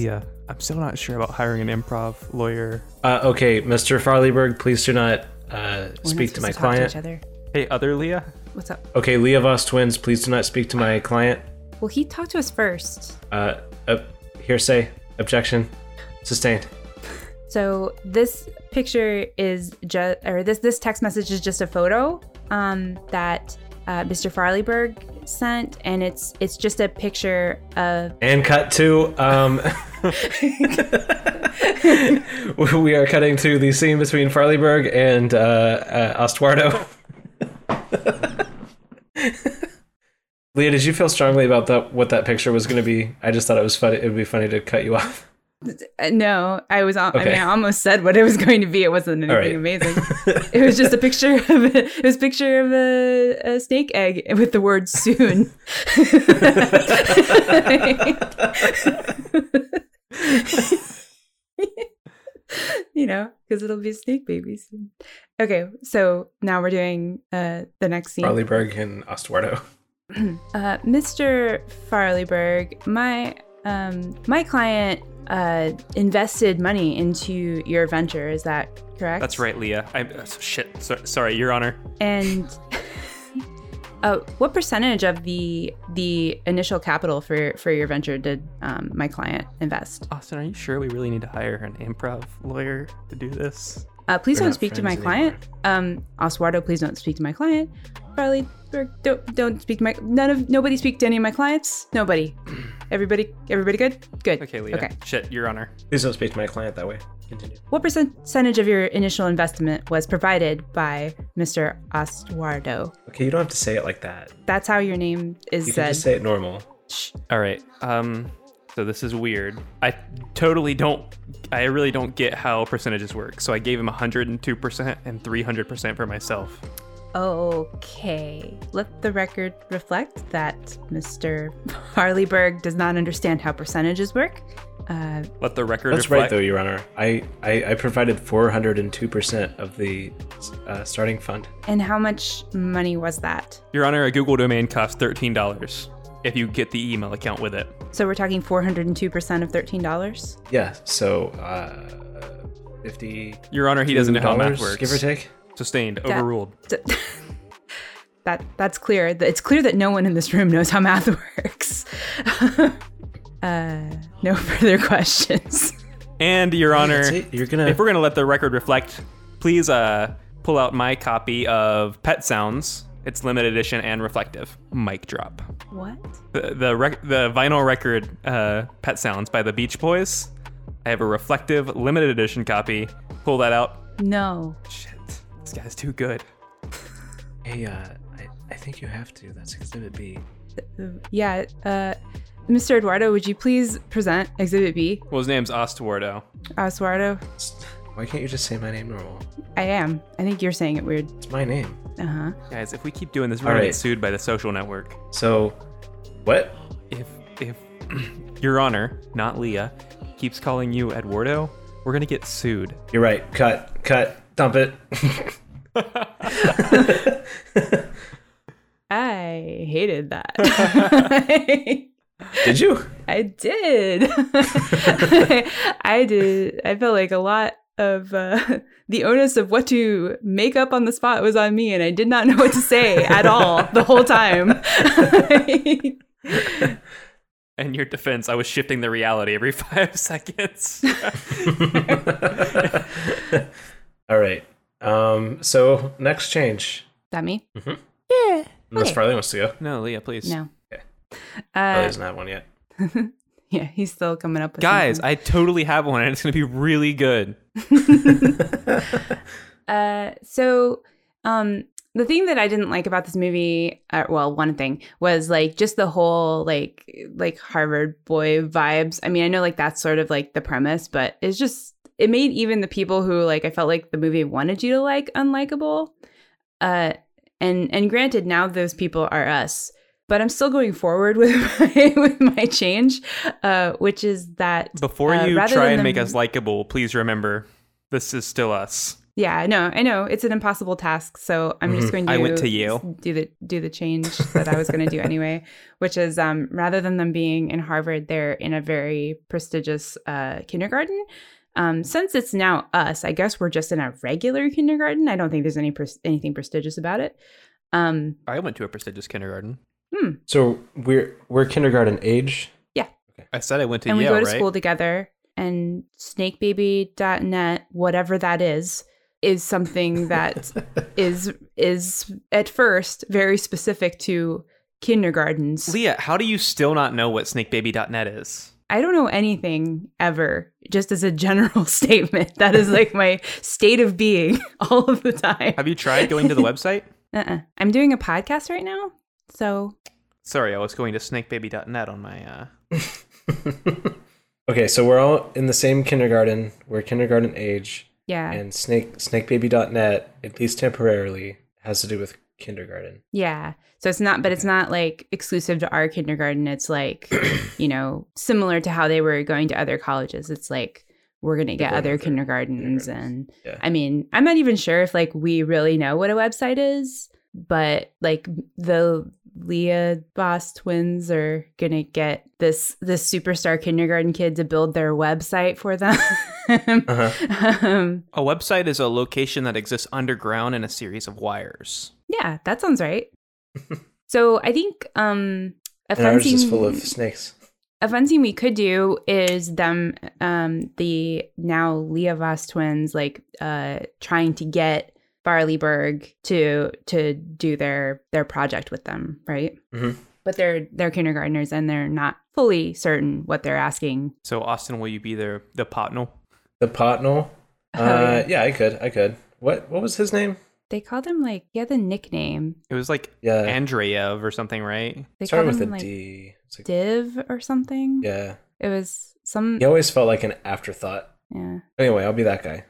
Speaker 2: I'm still not sure about hiring an improv lawyer.
Speaker 3: Uh, okay, Mr. Farleyberg, please do not uh,
Speaker 1: We're not
Speaker 3: speak
Speaker 1: supposed
Speaker 3: to my
Speaker 1: talk
Speaker 3: client.
Speaker 1: each other.
Speaker 2: Hey, other Leah?
Speaker 1: What's up?
Speaker 3: Okay, Leovos twins, please do not speak to my client.
Speaker 1: Well, he talked to us first.
Speaker 3: Uh, uh, hearsay, objection, sustained.
Speaker 1: So this picture is just, or this this text message is just a photo um, that uh, Mr. Farleyberg sent, and it's it's just a picture of
Speaker 3: And cut to um, *laughs* we are cutting to the scene between Farleyberg and uh, uh, Ostuardo. *laughs* Leah, did you feel strongly about that? What that picture was going to be? I just thought it was funny. It would be funny to cut you off.
Speaker 1: uh, no, I was on, I mean
Speaker 3: Okay.
Speaker 1: I almost said what it was going to be. It wasn't anything
Speaker 3: All right. *laughs*
Speaker 1: amazing. It was just a picture of a, it was a picture of a, a snake egg with the word soon. you know, because it'll be a snake baby soon. Okay, so now we're doing uh, the next scene.
Speaker 3: Farleyberg and Ostuardo.
Speaker 1: Uh, Mr. Farleyberg, my um, my client uh, invested money into your venture. Is that correct?
Speaker 2: That's right, Leah. I, uh, shit. So, sorry, Your Honor.
Speaker 1: And *laughs* uh, what percentage of the the initial capital for for your venture did um, my client invest?
Speaker 2: Austin, are you sure we really need to hire an improv lawyer to do this?
Speaker 1: Uh, please
Speaker 3: We're
Speaker 1: don't
Speaker 3: not
Speaker 1: speak to my
Speaker 3: friends
Speaker 1: client. Um, Oswardo, please don't speak to my client. Farleyberg, don't don't speak to my none of nobody speak to any of my clients. Nobody.
Speaker 3: *clears throat*
Speaker 1: Everybody, everybody, good, good.
Speaker 2: Okay, Leah.
Speaker 1: Okay.
Speaker 2: Shit, Your Honor.
Speaker 3: Please don't speak to my client that way. Continue.
Speaker 1: What percent- percentage of your initial investment was provided by Mr. Oswardo?
Speaker 3: Okay, you don't have to say it like that.
Speaker 1: That's how your name is
Speaker 3: You can
Speaker 1: said.
Speaker 3: just say it normal.
Speaker 2: All right. Um. So this is weird. I totally don't. I really don't get how percentages work. So I gave him 102% and 300% for myself.
Speaker 1: Okay. Let the record reflect that Mr. Harleyberg does not understand how percentages work. Uh,
Speaker 2: Let the record
Speaker 3: That's right,
Speaker 2: reflect.
Speaker 3: though, Your Honor. I, I, I provided 402% of the uh, starting fund.
Speaker 1: and how much money was that?
Speaker 2: Your Honor, a Google domain costs $13 if you get the email account with it.
Speaker 1: So we're talking 402% of $13?
Speaker 3: Yeah, so uh, 50
Speaker 2: Your Honor, he doesn't know how math works.
Speaker 3: give or take.
Speaker 2: Sustained. Overruled.
Speaker 1: *laughs* That, that's clear. Th- It's clear that no one in this room knows how math *laughs* works. uh, no further questions.
Speaker 2: And Your Honor,
Speaker 3: That's it. You're gonna.
Speaker 2: if we're gonna let the record reflect, please uh pull out my copy of Pet Sounds. It's limited edition and reflective. Mic drop.
Speaker 1: What?
Speaker 2: the the, rec- the vinyl record uh, "Pet Sounds" by the Beach Boys. I have a reflective limited edition copy. Pull that out.
Speaker 1: No.
Speaker 2: Shit, this guy's too good.
Speaker 3: hey, uh, I, I think you have to. That's Exhibit B.
Speaker 1: Yeah. Uh, Mr. Eduardo, would you please present Exhibit B?
Speaker 2: Well, his name's Ostuardo.
Speaker 1: Oswardo,
Speaker 3: It's- *laughs* Why can't you just say my name normal?
Speaker 1: I am. I think you're saying it weird.
Speaker 3: It's my name.
Speaker 1: Uh huh.
Speaker 2: Guys, if we keep doing this, we're gonna
Speaker 3: right.
Speaker 2: get sued by the social network.
Speaker 3: So, what?
Speaker 2: If if *clears throat* Your Honor, not Leah, keeps calling you Eduardo, we're gonna get sued.
Speaker 3: You're right. Cut. Cut. Dump it. *laughs*
Speaker 1: I hated *laughs* that.
Speaker 3: Did you?
Speaker 1: I did. *laughs* I did. I felt like a lot of uh, *laughs* the onus of what to make up on the *laughs* spot was on me, and I did not know what to say at all the whole time.
Speaker 2: In your defense, I was shifting the reality every *laughs* five seconds.
Speaker 3: All right. Um, so next change.
Speaker 1: that me?
Speaker 3: Mhm.
Speaker 1: Yeah.
Speaker 3: Unless
Speaker 1: Okay.
Speaker 3: Farley wants to go.
Speaker 2: *laughs*
Speaker 3: Oh,
Speaker 2: no, Leah, please.
Speaker 1: No.
Speaker 3: Okay.
Speaker 1: Uh,
Speaker 3: Farley's not one yet.
Speaker 1: yeah, he's still coming up with
Speaker 2: Guys,
Speaker 1: something.
Speaker 2: I totally have one, and it's gonna be really good.
Speaker 1: Uh, so um the thing that I didn't like about this movie, uh, well, one thing was like just the whole like like Harvard boy vibes. I mean, I know like that's sort of like the premise, but it's just it made even the people who like I felt like the movie wanted you to like unlikable. Uh, and and granted, now those people are us, but I'm still going forward *laughs* with my, with my change, uh, which is that
Speaker 2: Before
Speaker 1: Uh,
Speaker 2: you
Speaker 1: rather
Speaker 2: try
Speaker 1: than
Speaker 2: and make
Speaker 1: them-
Speaker 2: us likable, please remember this is still us.
Speaker 1: Yeah, I know. I know it's an impossible task, so I'm just
Speaker 3: Mhm.
Speaker 1: going to.
Speaker 2: Mm-hmm. I went to Yale.
Speaker 1: Do the do the change that I was going to do anyway, *laughs* which is um, rather than them being in Harvard, they're in a very prestigious uh, kindergarten. Um, since it's now us, I guess we're just in a regular kindergarten. I don't think there's any pres- anything prestigious about it. Um,
Speaker 2: I went to a prestigious kindergarten.
Speaker 3: So we're we're kindergarten age.
Speaker 2: I said I went to
Speaker 1: and we
Speaker 2: Yale,
Speaker 1: go to
Speaker 2: right?
Speaker 1: school together. And snakebaby.net, whatever that is, is something
Speaker 2: *laughs*
Speaker 1: that is is at first very specific to kindergartens.
Speaker 2: Leah, how do you still not know what snakebaby.net is?
Speaker 1: I don't know anything ever, just as a general *laughs* statement. That is like my state of being *laughs* all of the time.
Speaker 2: Have
Speaker 1: *laughs*
Speaker 2: you tried going to the website?
Speaker 1: Uh-uh. I'm doing a podcast right now, so
Speaker 2: Sorry, I was going to snakebaby.net on my. Uh...
Speaker 3: *laughs* Okay, so we're all in the same kindergarten. We're kindergarten age,
Speaker 1: yeah,
Speaker 3: and snake snakebaby.net at least temporarily has to do with kindergarten.
Speaker 1: yeah. So it's not, but it's not like exclusive to our kindergarten. It's like, you know, similar to how they were going to other colleges. It's like we're gonna get
Speaker 3: going to
Speaker 1: other
Speaker 3: other
Speaker 1: kindergartens, and
Speaker 3: kindergartens. Yeah.
Speaker 1: I mean, I'm not even sure if like we really know what a website is, but like the Leah Boss twins are gonna get this this superstar kindergarten kid to build their website for them.
Speaker 3: Uh.
Speaker 1: *laughs* um,
Speaker 2: A website is a location that exists underground in a series of wires.
Speaker 1: yeah, that sounds
Speaker 3: *laughs*
Speaker 1: right. so I think um, a
Speaker 3: and
Speaker 1: fun
Speaker 3: ours is
Speaker 1: thing-
Speaker 3: full of snakes.
Speaker 1: a fun thing we could do is them um the now Leah Voss twins like uh trying to get Barleyberg to to do their their project with them, right?
Speaker 3: Mhm.
Speaker 1: But they're they're kindergartners and they're not fully certain what they're asking.
Speaker 2: So, Austin, will you be the, the potnell?
Speaker 3: The potnell.
Speaker 1: Oh,
Speaker 3: Uh, yeah, I could. I could. What what was his name?
Speaker 1: They called him like yeah the nickname.
Speaker 2: It was like
Speaker 3: Yeah.
Speaker 2: Andreev or something, right?
Speaker 1: They
Speaker 3: Started
Speaker 1: called
Speaker 3: with a D.
Speaker 1: him like
Speaker 3: It's like-
Speaker 1: Div or something.
Speaker 3: yeah.
Speaker 1: It was some
Speaker 3: He always felt like an afterthought.
Speaker 1: yeah.
Speaker 3: Anyway, I'll be that guy.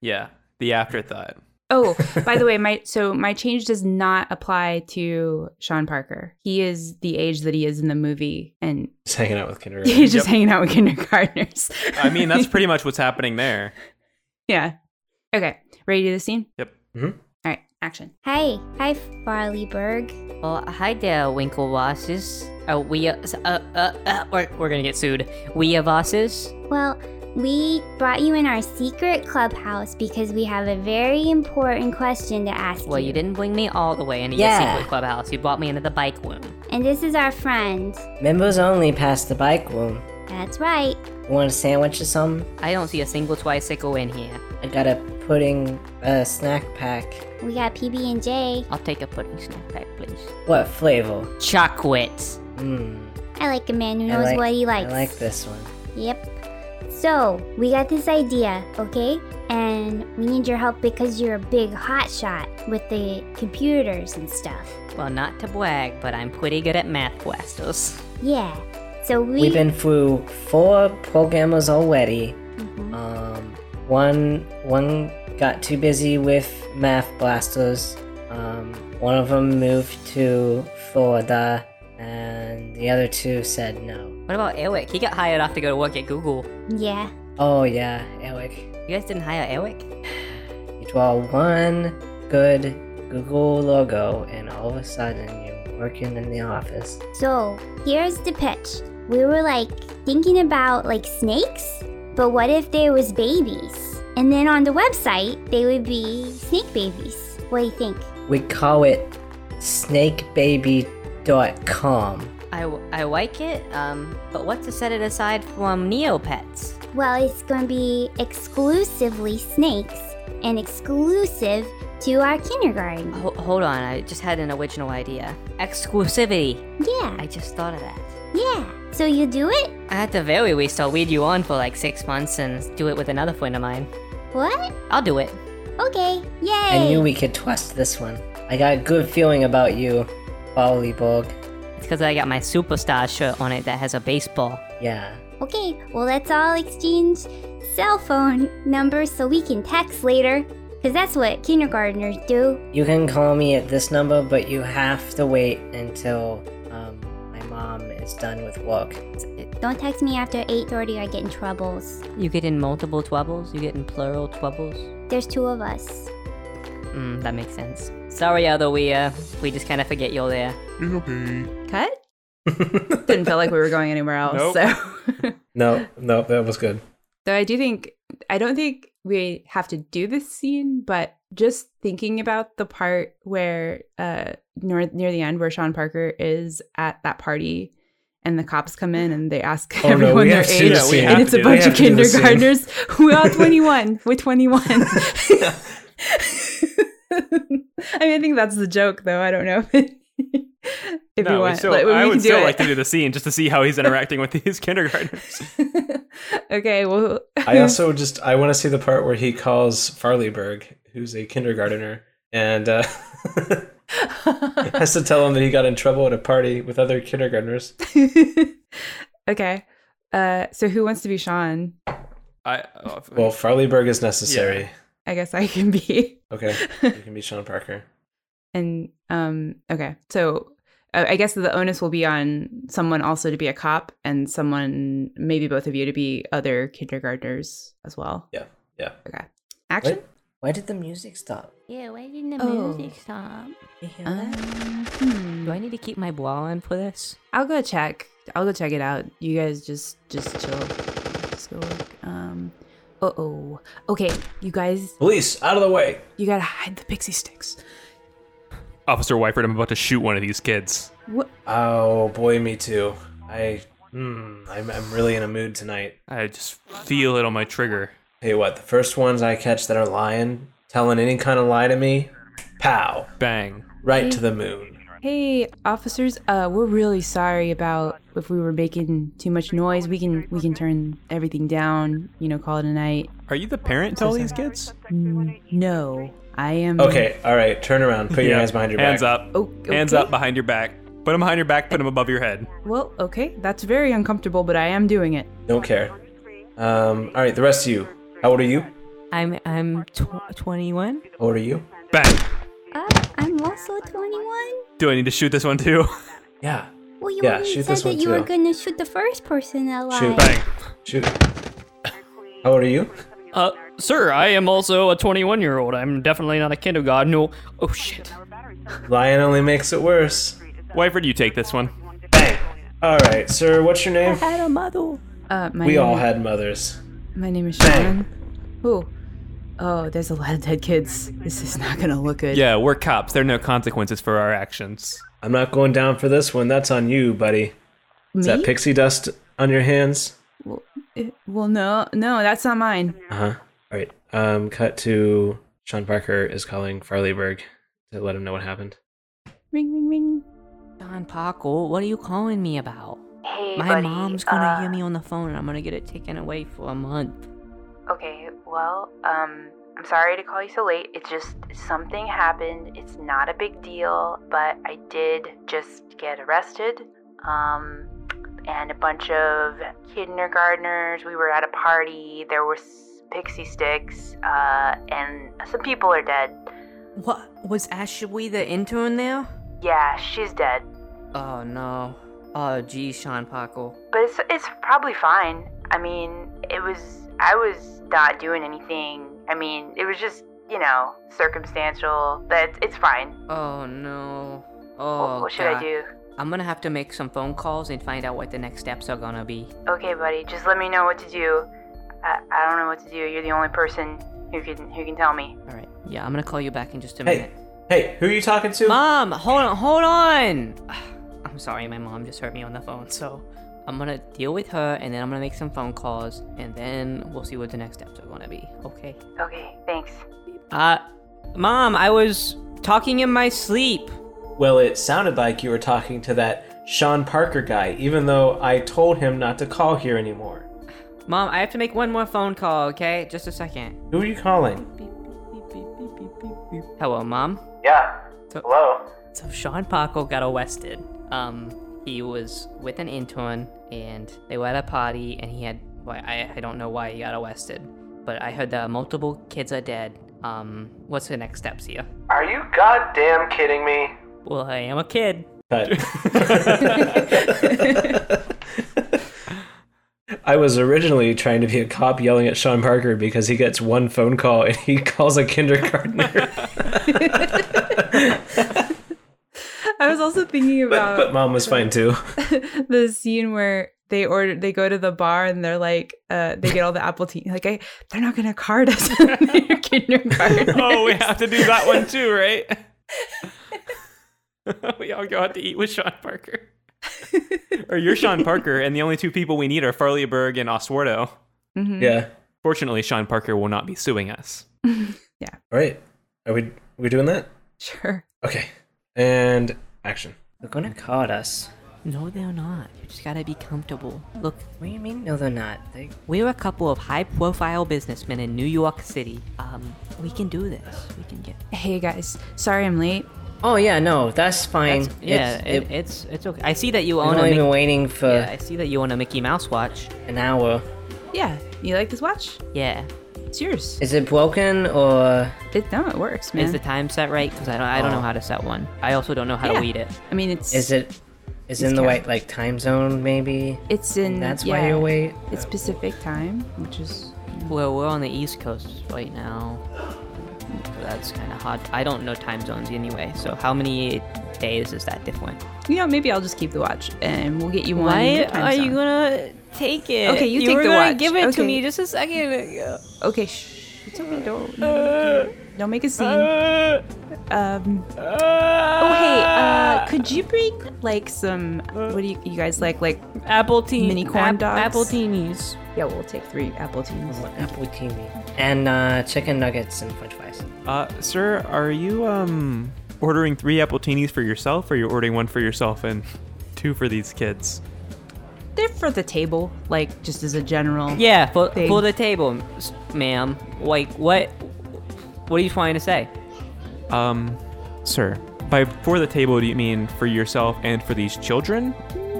Speaker 2: Yeah, the afterthought. *laughs*
Speaker 1: Oh, by the way, my so my change does not apply to Sean Parker. He is the age that he is in the movie, and *laughs*
Speaker 3: Just hanging out with kindergarten.
Speaker 1: he's just
Speaker 2: Yep.
Speaker 1: hanging out with kindergartners.
Speaker 2: I mean, that's pretty much what's happening *laughs* there.
Speaker 1: *laughs* yeah. Okay, ready to do the scene? Mm-hmm.
Speaker 2: Yep.
Speaker 3: Mhm.
Speaker 1: All right, action.
Speaker 5: Hi, hi, Farleyberg.
Speaker 6: Well, hi there, Winklevosses. Uh, we, uh, s- uh, uh, uh, we're, we're gonna get sued. We of osses?
Speaker 5: Well, we brought you in our secret clubhouse because we have a very important question to ask
Speaker 6: Well, you didn't bring me all the way into your
Speaker 7: Yeah.
Speaker 6: secret clubhouse. You brought me into the bike room.
Speaker 5: And this is our friend.
Speaker 7: Members only past the bike room.
Speaker 5: That's right.
Speaker 7: Want a sandwich or something?
Speaker 6: I don't see a single tricycle in here.
Speaker 7: I got a pudding uh, snack pack.
Speaker 5: We got PB and J.
Speaker 6: I'll take a pudding snack pack, please.
Speaker 7: What flavor?
Speaker 6: Chocolate.
Speaker 7: Mmm.
Speaker 5: I like a man who
Speaker 7: I
Speaker 5: knows
Speaker 7: like-
Speaker 5: what he likes.
Speaker 7: I like this one.
Speaker 5: Yep. So we got this idea, okay? And we need your help because you're a big hotshot with the computers and stuff.
Speaker 6: Well, not to blag, but I'm pretty good at math blasters.
Speaker 5: Yeah. So we.
Speaker 7: We've been through four programmers already.
Speaker 5: Mhm.
Speaker 7: Um, one one got too busy with math blasters. Um, one of them moved to Florida, and the other two said no.
Speaker 6: What about Eric? He got hired off to go to work at Google.
Speaker 5: Yeah.
Speaker 7: Oh yeah, Eric.
Speaker 6: You guys didn't hire Eric?
Speaker 7: You draw one good Google logo, and all of a sudden you're working in the office.
Speaker 5: So here's the pitch. We were like thinking about like snakes, but what if there was babies? And then on the website, they would be snake babies. What do you think?
Speaker 7: We call it snakebaby.com.
Speaker 6: I I, I like it, um, but what to set it aside from Neopets?
Speaker 5: Well, it's going to be exclusively snakes and exclusive to our kindergarten.
Speaker 6: Ho- hold on, I just had an original idea. Exclusivity.
Speaker 5: Yeah,
Speaker 6: I just thought of that.
Speaker 5: yeah. So you do it?
Speaker 6: At the very least, I'll lead you on for like six months and do it with another friend of mine.
Speaker 5: What?
Speaker 6: I'll do it.
Speaker 5: Okay, yay!
Speaker 7: I knew we could trust this one. I got a good feeling about you, Bollyborg.
Speaker 6: It's because I got my superstar shirt on it that has a baseball.
Speaker 7: Yeah.
Speaker 5: Okay, well, let's all exchange cell phone numbers so we can text later. Because that's what kindergartners do.
Speaker 7: You can call me at this number, but you have to wait until um, my mom is done with work.
Speaker 5: Don't text me after 8.30, I get in troubles.
Speaker 6: You get in multiple troubles. You get in plural troubles.
Speaker 5: There's two of us.
Speaker 6: Mm, that makes sense. Sorry, other we uh, we just kind of forget you're there.
Speaker 1: Cut? Didn't feel like we were going anywhere else.
Speaker 2: Nope. *laughs*
Speaker 1: So
Speaker 3: *laughs* No, no, that was good.
Speaker 1: though I do think I don't think we have to do this scene, but just thinking about the part where uh near near the end where Sean Parker is at that party and the cops come in and they ask
Speaker 3: Oh, no,
Speaker 1: everyone
Speaker 3: we
Speaker 1: their
Speaker 3: have to do
Speaker 1: age
Speaker 3: the scene.
Speaker 1: and it's a
Speaker 2: We
Speaker 1: bunch
Speaker 3: have
Speaker 1: of
Speaker 3: to do the scene.
Speaker 1: kindergartners.
Speaker 3: *laughs*
Speaker 1: We're all 21. We're *laughs* 21. I mean, I think that's the joke, though. I don't know if, it, if
Speaker 2: no,
Speaker 1: you
Speaker 2: we
Speaker 1: want.
Speaker 2: still-
Speaker 1: like, we
Speaker 2: I
Speaker 1: can
Speaker 2: would
Speaker 1: do
Speaker 2: still
Speaker 1: it.
Speaker 2: like to do the scene just to see how he's interacting with these *laughs* kindergartners.
Speaker 1: *laughs* okay,
Speaker 3: *laughs*
Speaker 1: well, *laughs*
Speaker 3: I also just I want to see the part where he calls Farleyberg, who's a kindergartner, and uh, *laughs* has to tell him that he got in trouble at a party with other kindergartners.
Speaker 1: *laughs* okay. Uh, so who wants to be Sean?
Speaker 2: I, oh,
Speaker 3: Well, Farleyberg is necessary.
Speaker 1: I guess I can *laughs* be.
Speaker 3: Okay, you can be Sean Parker.
Speaker 1: And um, okay, so uh, I guess the onus will be on someone also to be a cop, and someone, maybe both of you, to be other kindergartners as well.
Speaker 3: Yeah, yeah.
Speaker 1: Action.
Speaker 3: Wait.
Speaker 7: Why did the music stop?
Speaker 5: Yeah, why didn't the
Speaker 1: Oh. music
Speaker 5: stop?
Speaker 7: You hear
Speaker 1: Um,
Speaker 7: that?
Speaker 1: hmm.
Speaker 6: Do I need to keep my bra on for this?
Speaker 1: I'll go check. I'll go check it out. You guys just just chill. Let's go. Look. Um. Uh oh. Okay, you guys,
Speaker 3: Police, out of the way!
Speaker 1: you gotta hide the pixie sticks.
Speaker 2: Officer Wyford, I'm about to shoot one of these kids.
Speaker 1: What?
Speaker 3: Oh boy, me too. I, mm, I'm, I'm really in a mood tonight.
Speaker 2: I just feel it on my trigger.
Speaker 3: Tell you what, the first ones I catch that are lying, telling any kind of lie to me, pow,
Speaker 2: Bang.
Speaker 3: right to the moon.
Speaker 1: Hey, officers. Uh, we're really sorry about if we were making too much noise. We can we can turn everything down. You know, call it a night.
Speaker 2: Are you the parent to all these kids?
Speaker 1: Mm, No, I am.
Speaker 3: Okay, all right, turn around, put your
Speaker 2: Yeah.
Speaker 3: hands behind your
Speaker 2: Hands
Speaker 3: back.
Speaker 2: up.
Speaker 1: Oh,
Speaker 2: Hands
Speaker 1: okay.
Speaker 2: up behind your back. Put them behind your back, put them above your head.
Speaker 1: Well, okay, that's very uncomfortable, but I am doing it.
Speaker 3: Don't care. Um, all right, the rest of you. How old are you?
Speaker 6: I'm I'm tw- 21.
Speaker 3: How old are you?
Speaker 2: Bang.
Speaker 5: Uh, I'm also 21?
Speaker 2: Do I need to shoot this one too? *laughs*
Speaker 3: Yeah.
Speaker 5: Well, you
Speaker 3: Yeah,
Speaker 5: already
Speaker 3: shoot
Speaker 5: said
Speaker 3: this
Speaker 5: that
Speaker 3: one
Speaker 5: you were
Speaker 3: too.
Speaker 5: gonna shoot the first person alive.
Speaker 3: Shoot.
Speaker 2: Bang.
Speaker 3: Shoot. How old are you?
Speaker 8: Uh, sir, I am also a 21 year old. I'm definitely not a kindergarten. Oh, shit.
Speaker 3: Lion only makes it worse.
Speaker 2: Wyford, you take this one.
Speaker 3: All right, sir, what's your name?
Speaker 1: Uh, my
Speaker 3: We
Speaker 1: name
Speaker 3: all
Speaker 1: is-
Speaker 3: had mothers.
Speaker 1: My name is
Speaker 3: Bang.
Speaker 1: Sean. Oh, oh, there's a lot of dead kids. This is not gonna look good.
Speaker 2: Yeah, we're cops. There are no consequences for our actions.
Speaker 3: I'm not going down for this one. That's on you, buddy.
Speaker 1: Me?
Speaker 3: Is that pixie dust on your hands?
Speaker 1: well, eh, well, no, no, that's not mine.
Speaker 3: Uh huh. All right. Um, cut to Sean Parker is calling Farleyberg to let him know what happened.
Speaker 1: Ring, ring, ring.
Speaker 6: Don Paco, what are you calling me about?
Speaker 9: Hey,
Speaker 6: my
Speaker 9: buddy,
Speaker 6: mom's gonna
Speaker 9: uh,
Speaker 6: hear me on the phone, and I'm gonna get it taken away for a month.
Speaker 9: Okay, well, um, I'm sorry to call you so late. It's just something happened. It's not a big deal, but I did just get arrested. Um, and a bunch of kindergartners. We were at a party. There were s- pixie sticks, uh, and some people are dead.
Speaker 6: What was Ashley the intern there?
Speaker 9: Yeah, she's dead.
Speaker 6: Oh no. Oh gee, Sean Paco.
Speaker 9: But it's it's probably fine. I mean, it was I was not doing anything. I mean, it was just you know circumstantial. That it's fine.
Speaker 6: Oh no.
Speaker 9: What-
Speaker 6: Oh
Speaker 9: what should I
Speaker 6: God.
Speaker 9: do?
Speaker 6: I'm gonna have to make some phone calls and find out what the next steps are gonna be.
Speaker 9: Okay, buddy, just let me know what to do. I, I don't know what to do. You're the only person who can who can tell me.
Speaker 6: Alright. Yeah, I'm gonna call you back in just a
Speaker 3: Hey,
Speaker 6: minute.
Speaker 3: hey, who are you talking to?
Speaker 6: Mom, hold on *sighs* hold on! I'm I'm sorry, my mom just heard me on the phone, so I'm gonna deal with her and then I'm gonna make some phone calls and then we'll see what the next steps are gonna be. Okay.
Speaker 9: Okay, thanks.
Speaker 6: Uh, mom, I was talking in my sleep.
Speaker 3: Well, it sounded like you were talking to that Sean Parker guy, even though I told him not to call here anymore.
Speaker 6: Mom, I have to make one more phone call, okay? Just a second.
Speaker 3: Who are you calling?
Speaker 6: Hello, mom.
Speaker 10: Yeah.
Speaker 6: So-
Speaker 10: Hello.
Speaker 6: So Sean Paco got arrested. Um, he was with an intern, and they were at a party, and he had. Why I, I don't know why he got arrested, but I heard that multiple kids are dead. Um, what's the next steps here?
Speaker 10: Are you goddamn kidding me?
Speaker 6: Well, I am a *laughs* kid.
Speaker 3: Cut. I was originally trying to be a cop yelling at Sean Parker because he gets one phone call and he calls a kindergartner.
Speaker 1: I was also thinking about
Speaker 3: but mom was fine too.
Speaker 1: the scene where they order they go to the bar and they're like uh they get all the apple tea like I, they're not gonna card us *laughs* They're kindergarten
Speaker 2: Oh, we have to do that one too, *laughs* right? we all go out to eat with Sean Parker. or you're Sean Parker, and the only two people we need are Farleyberg and Oswardo.
Speaker 1: Mhm.
Speaker 3: Yeah.
Speaker 2: Fortunately, Sean Parker will not be suing us.
Speaker 3: All right. Are we we doing that?
Speaker 1: sure
Speaker 3: Okay. And action.
Speaker 7: They're gonna card us.
Speaker 6: No, they're not. You just gotta be comfortable. Look,
Speaker 7: What do you mean? No, they're not. They
Speaker 6: we're a couple of high-profile businessmen in New York City. Um, we can do this. We can get.
Speaker 1: hey guys sorry i'm late
Speaker 7: Oh yeah, no, that's fine.
Speaker 6: That's- yeah, it,
Speaker 7: it's,
Speaker 6: it's it's okay. I see that you
Speaker 7: I've
Speaker 6: own a.
Speaker 7: only
Speaker 6: Mic-
Speaker 7: been waiting for
Speaker 6: yeah, I see that you own a Mickey Mouse watch.
Speaker 7: an hour.
Speaker 1: yeah you like this watch
Speaker 6: Yeah.
Speaker 1: it's yours
Speaker 7: Is it broken or?
Speaker 1: it, no it works man
Speaker 6: Is the time set right? Because I don't, I don't know
Speaker 7: Oh.
Speaker 6: how to set one. I also don't know how
Speaker 1: Yeah.
Speaker 6: to read it.
Speaker 1: i mean it's
Speaker 7: Is it
Speaker 1: It's
Speaker 7: is in the
Speaker 1: Karen.
Speaker 7: right like time zone maybe?
Speaker 1: it's in
Speaker 7: That's
Speaker 1: yeah,
Speaker 7: why you're awake.
Speaker 1: it's pacific time which is
Speaker 6: Well, we're on the East Coast right now. So that's kind of hard. I don't know time zones anyway. So how many days is that different?
Speaker 1: you know maybe i'll just keep the watch and we'll get you one in your time zone.
Speaker 6: gonna take it?
Speaker 1: Okay, you You take were the gonna watch. give it to Okay. me
Speaker 6: just a second ago.
Speaker 1: okay shh it's okay don't don't make a scene um Oh hey, uh, could you bring like some? What do you, you guys like? Like
Speaker 6: Apple
Speaker 4: Mm,
Speaker 6: teen
Speaker 1: Mini corn dogs?
Speaker 6: Apple teenies.
Speaker 1: yeah, we'll take three apple teas.
Speaker 7: Apple TV and uh, chicken nuggets and French fries.
Speaker 2: Uh, sir, are you um ordering three apple teenies for yourself, or you're ordering one for yourself and two for these kids?
Speaker 1: They're for the table, like just as a general.
Speaker 6: Yeah, for
Speaker 1: Thing.
Speaker 6: for the table, s- ma'am. Like what? What are you trying to say?
Speaker 2: Um, sir, by for the table, do you mean for yourself and for these children?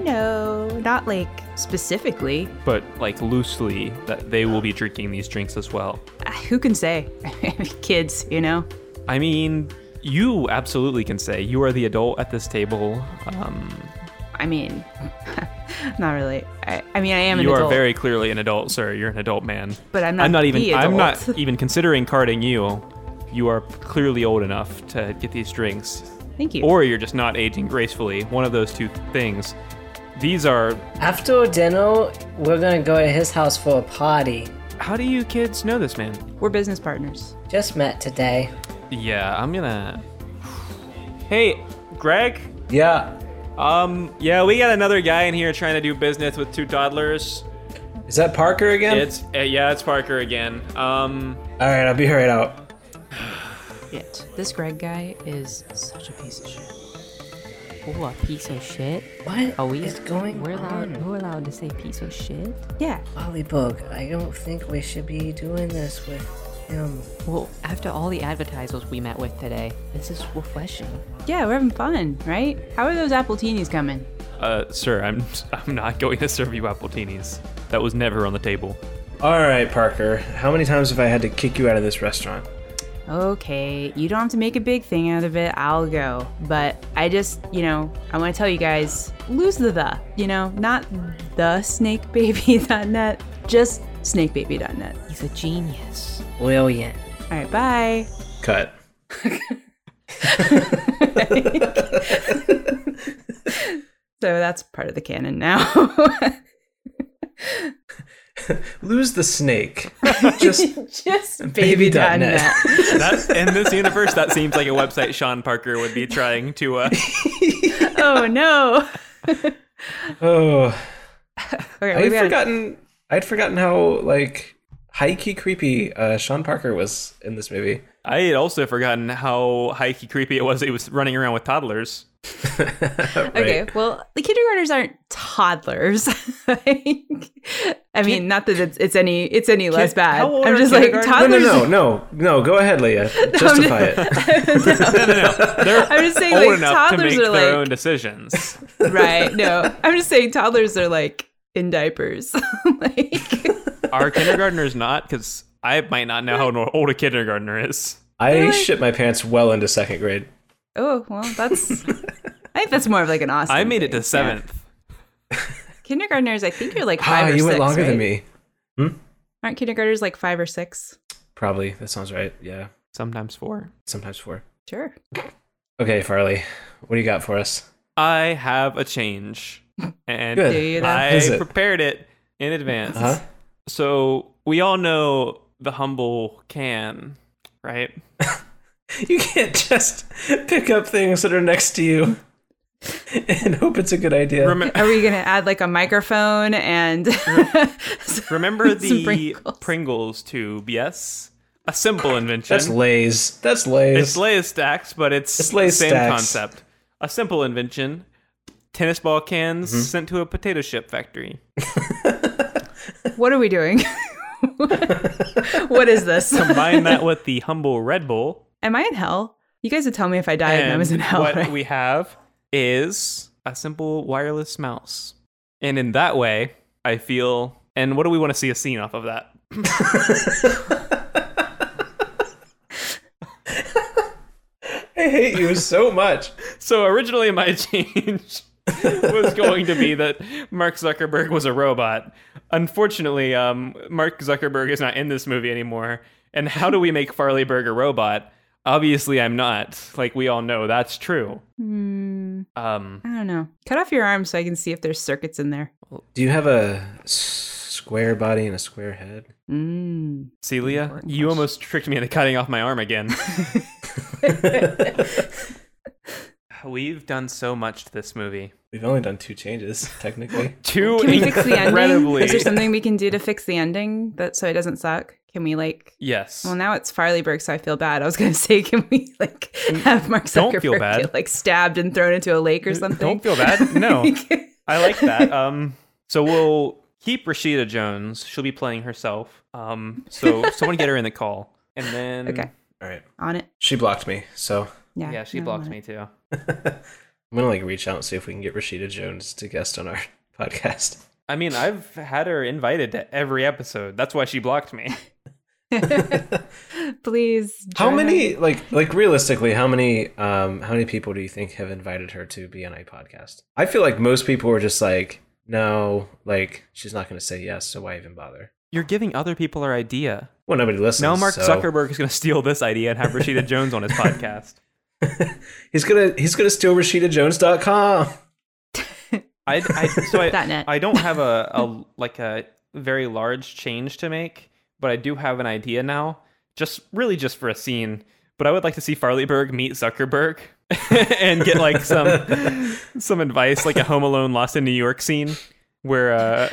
Speaker 1: No, not like specifically.
Speaker 2: But like loosely, that they will be drinking these drinks as well.
Speaker 1: Uh, Who can say? *laughs* Kids, you know.
Speaker 2: I mean, you absolutely can say you are the adult at this table. Um,
Speaker 1: I mean, *laughs* not really. I, I mean, I am
Speaker 2: you
Speaker 1: an
Speaker 2: are
Speaker 1: adult,
Speaker 2: very clearly an adult, sir. You're an adult man.
Speaker 1: but I'm not.
Speaker 2: I'm not even.
Speaker 1: the
Speaker 2: I'm
Speaker 1: adult. *laughs*
Speaker 2: not even considering carding you. You are clearly old enough to get these drinks,
Speaker 1: Thank you.
Speaker 2: or you're just not aging gracefully. One of those two things. These are.
Speaker 7: After dinner, we're gonna go to his house for a party.
Speaker 2: How do you kids know this man?
Speaker 1: We're business partners.
Speaker 7: Just met today.
Speaker 2: Yeah, I'm gonna. Hey, Greg.
Speaker 3: Yeah.
Speaker 2: Um, yeah, we got another guy in here trying to do business with two toddlers.
Speaker 3: Is that Parker again?
Speaker 1: Um,
Speaker 2: It's uh, yeah, it's Parker again. Um,
Speaker 3: All right, I'll be right out.
Speaker 1: Shit, this Greg guy is such a piece of shit.
Speaker 6: Oh, a piece of shit.
Speaker 7: What
Speaker 6: Are we?
Speaker 7: is going
Speaker 6: we're allowed.
Speaker 7: on?
Speaker 6: We're allowed to say piece of shit.
Speaker 1: Yeah,
Speaker 7: Ollybug, I don't think we should be doing this with him.
Speaker 6: Well, after all the advertisers we met with today, this is refreshing.
Speaker 1: yeah, we're having fun, right? How are those apple teenies coming?
Speaker 2: uh, sir, I'm *laughs* I'm not going to serve you apple teenies. That was never on the table.
Speaker 3: All right, Parker. How many times have I had to kick you out of this restaurant?
Speaker 1: Okay, you don't have to make a big thing out of it. I'll go. But I just, you know, I want to tell you guys lose the the, you know, not the snakebaby.net, just snakebaby.net.
Speaker 6: He's a genius.
Speaker 7: Brilliant.
Speaker 1: All right, bye.
Speaker 3: Cut.
Speaker 1: So that's part of the canon now. *laughs*
Speaker 3: Lose
Speaker 1: *laughs*
Speaker 3: the snake. Just
Speaker 1: just
Speaker 3: *laughs* Baby
Speaker 1: baby.net.
Speaker 3: dot net. *laughs*
Speaker 2: That in this universe, that seems like a website Sean Parker would be trying to. Uh,
Speaker 1: oh no.
Speaker 3: oh,
Speaker 1: Okay,
Speaker 3: I
Speaker 1: we
Speaker 3: had
Speaker 1: gotta-
Speaker 3: forgotten. I'd forgotten how like high key creepy uh, Sean Parker was in this movie.
Speaker 2: *laughs* I had also forgotten how hikey creepy it was. that He was running around with toddlers.
Speaker 1: Okay, well, the kindergartners aren't toddlers. *laughs* Like, I mean, not that it's, it's any it's any less bad.
Speaker 2: how old
Speaker 1: I'm
Speaker 2: are
Speaker 1: just like
Speaker 2: kindergarten-
Speaker 3: No, no,
Speaker 1: toddlers.
Speaker 3: no, no, no. Go
Speaker 1: *laughs*
Speaker 3: ahead, Leah. Justify it.
Speaker 1: I'm just
Speaker 3: *laughs*
Speaker 1: saying,
Speaker 2: Old
Speaker 1: like
Speaker 2: enough to
Speaker 1: toddlers
Speaker 2: make
Speaker 1: are
Speaker 2: their
Speaker 1: like
Speaker 2: own decisions.
Speaker 1: right. No, I'm just saying toddlers are like in diapers. *laughs*
Speaker 3: *laughs*
Speaker 1: like
Speaker 2: Are kindergartners not? Because I might not know how old a kindergartner is.
Speaker 3: I shit my pants well into second grade.
Speaker 1: oh well, that's I think that's more of like an awesome.
Speaker 2: I made it to seventh.
Speaker 1: Kindergartners, I think you're like five
Speaker 3: Ah,
Speaker 1: or
Speaker 3: you
Speaker 1: six.
Speaker 3: went longer
Speaker 1: right?
Speaker 3: than me.
Speaker 1: Aren't kindergartners like five or six?
Speaker 3: Probably. That sounds right. Yeah.
Speaker 2: Sometimes four.
Speaker 3: Sometimes four.
Speaker 1: Sure.
Speaker 3: Okay, Farley. What do you got for us?
Speaker 2: I have a change, and
Speaker 3: Good. Do
Speaker 1: you now?
Speaker 2: I
Speaker 3: Is it?
Speaker 2: prepared it Uh-huh. in advance.
Speaker 3: Huh?
Speaker 2: So we all know the humble can, right?
Speaker 3: You can't just pick up things that are next to you and hope it's a good idea.
Speaker 2: Remem-
Speaker 1: Are we gonna add like a microphone and *laughs*
Speaker 2: remember the
Speaker 1: Pringles.
Speaker 2: Pringles. tube? Yes, a simple invention.
Speaker 3: That's Lay's. That's Lay's.
Speaker 2: It's Lay's stacks, but it's,
Speaker 3: It's Lay's
Speaker 2: the same
Speaker 3: stacks.
Speaker 2: concept. A simple invention. Tennis ball cans
Speaker 3: Mm-hmm.
Speaker 2: sent to a potato chip factory.
Speaker 1: what are we doing? *laughs* what is this?
Speaker 2: Combine that with the humble Red Bull.
Speaker 1: Am I in hell? You guys would tell me if *laughs* I died and, I was in hell.
Speaker 2: What
Speaker 1: right?
Speaker 2: we have is a simple wireless mouse. And in that way, I feel. And what do we want to see a scene off of that?
Speaker 3: I hate you so much.
Speaker 2: So originally, my *laughs* change was going to be that Mark Zuckerberg was a robot. Unfortunately, um, Mark Zuckerberg is not in this movie anymore. And how do we make Farleyberg a robot? Obviously, I'm not. Like we all know, that's true.
Speaker 1: Hmm,
Speaker 2: Um,
Speaker 1: I don't know. Cut off your arm so I can see if there's circuits in there.
Speaker 3: *laughs* Do you have a s- square body and a square head?
Speaker 1: Mm.
Speaker 2: Celia, you almost tricked me into cutting off my
Speaker 1: *laughs*
Speaker 2: arm again. *laughs* We've done so much to this movie.
Speaker 3: We've only done two changes, technically.
Speaker 2: Two
Speaker 1: Can we fix
Speaker 2: *laughs*
Speaker 1: the ending?
Speaker 2: incredibly.
Speaker 1: Is there something we can do to fix the ending that so it doesn't suck? Can we like?
Speaker 2: yes.
Speaker 1: Well, now it's Farleyberg, so I feel bad. I was gonna *laughs* say, can we like have Mark Zuckerberg
Speaker 2: Mm, Don't feel bad. Uh,
Speaker 1: get like stabbed and thrown into a lake or something? *laughs*
Speaker 2: Don't feel bad. No. I like that. Um, so we'll keep Rashida Jones. She'll be playing herself. Um, so someone get her in the call, and then
Speaker 1: Okay.
Speaker 3: *laughs* All right.
Speaker 1: on it.
Speaker 3: She blocked me, so
Speaker 1: Yeah.
Speaker 2: yeah, she
Speaker 1: no,
Speaker 2: blocked
Speaker 1: on it.
Speaker 2: me too.
Speaker 3: I'm gonna like reach out and see if we can get Rashida Jones to guest on our *laughs* podcast.
Speaker 2: I mean, I've had her invited to every episode. That's why she blocked me.
Speaker 1: Please.
Speaker 3: How
Speaker 1: join us.
Speaker 3: many like like realistically, how many um how many people do you think have invited her to be on a podcast? I feel like most people were just like, no, like she's not gonna say yes, so why even bother?
Speaker 2: *laughs* You're giving other people her idea.
Speaker 3: Well nobody listens.
Speaker 2: Now Mark
Speaker 3: so-
Speaker 2: Zuckerberg is going to steal this idea and have Rashida Jones on his podcast.
Speaker 3: He's gonna he's gonna steal RashidaJones.com.
Speaker 2: I, I so I,
Speaker 1: *laughs* Dot net.
Speaker 2: I don't have a, a like a very large change to make, but I do have an idea now. Just really just for a scene, but I would like to see Farleyberg meet Zuckerberg *laughs* and get
Speaker 1: *laughs*
Speaker 2: like some some advice, like a Home Alone Lost in New York scene where uh,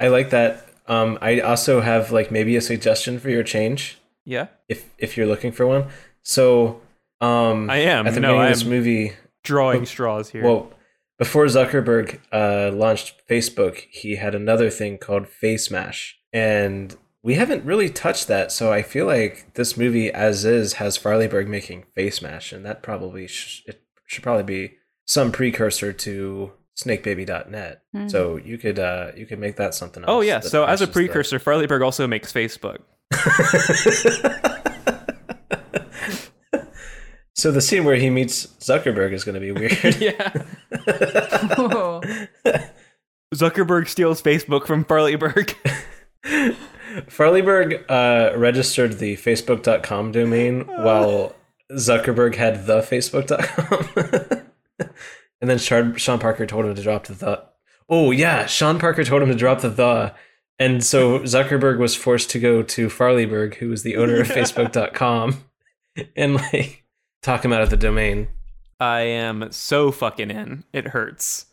Speaker 3: I like that. Um I also have like maybe a suggestion for your change.
Speaker 2: yeah,
Speaker 3: if if you're looking for one. So um
Speaker 2: I am.
Speaker 3: at the
Speaker 2: No,
Speaker 3: beginning
Speaker 2: I
Speaker 3: of this
Speaker 2: am.
Speaker 3: movie.
Speaker 2: drawing straws here.
Speaker 3: Well, before Zuckerberg uh, launched Facebook, he had another thing called Face Mash, and we haven't really touched that. So I feel like this movie, as is, has Farleyberg making Face Mash, and that probably sh- it should probably be some precursor to SnakeBaby.net. So you could uh, you could make that something. else.
Speaker 2: oh yeah,
Speaker 3: that
Speaker 2: so as a
Speaker 3: matches the-
Speaker 2: precursor, Farleyberg also makes Facebook.
Speaker 3: So the scene where he meets Zuckerberg is going to be weird.
Speaker 2: yeah,
Speaker 1: *laughs*
Speaker 2: *laughs*
Speaker 1: Oh.
Speaker 2: Zuckerberg steals Facebook from Farleyberg.
Speaker 3: Farleyberg uh, registered the
Speaker 1: *laughs*
Speaker 3: Facebook.com domain while Zuckerberg had the Facebook.com. *laughs* and then Shard- Sean Parker told him to drop the the. Oh, yeah. Sean Parker told him to drop the the.
Speaker 1: *laughs*
Speaker 3: And so Zuckerberg was forced to go to Farleyberg, who was the
Speaker 1: *laughs*
Speaker 3: owner of Facebook.com, and like talk him out of the domain.
Speaker 2: I am so fucking in. It hurts.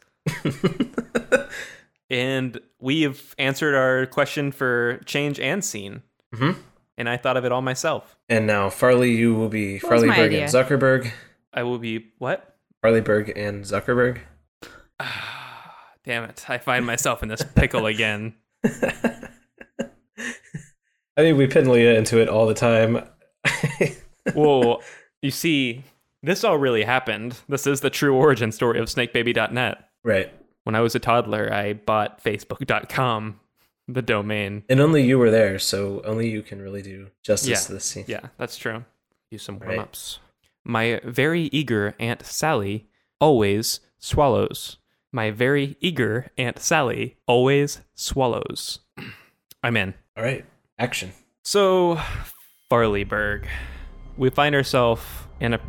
Speaker 2: and we've answered our question for change and scene.
Speaker 3: Mhm.
Speaker 2: And I thought of it all myself.
Speaker 3: And now Farley, you will be
Speaker 1: What was
Speaker 3: Farley
Speaker 1: my
Speaker 3: Berg
Speaker 1: idea?
Speaker 3: and Zuckerberg.
Speaker 2: I will be what?
Speaker 3: Farley Berg and Zuckerberg.
Speaker 2: Damn it! I find myself in this pickle again.
Speaker 3: I think we pin Leah into it all the time.
Speaker 2: Well, you see, this all really happened. This is the true origin story of SnakeBaby.net.
Speaker 3: Right.
Speaker 2: When I was a toddler, I bought Facebook.com, the domain.
Speaker 3: And only you were there, so only you can really do justice to this scene.
Speaker 2: Yeah, that's true. Use some
Speaker 3: Right.
Speaker 2: warm ups. My very eager Aunt Sally always swallows. My very eager Aunt Sally always swallows. *clears throat* I'm in.
Speaker 3: All right. Action.
Speaker 2: So, Farleyberg, we find ourselves in a,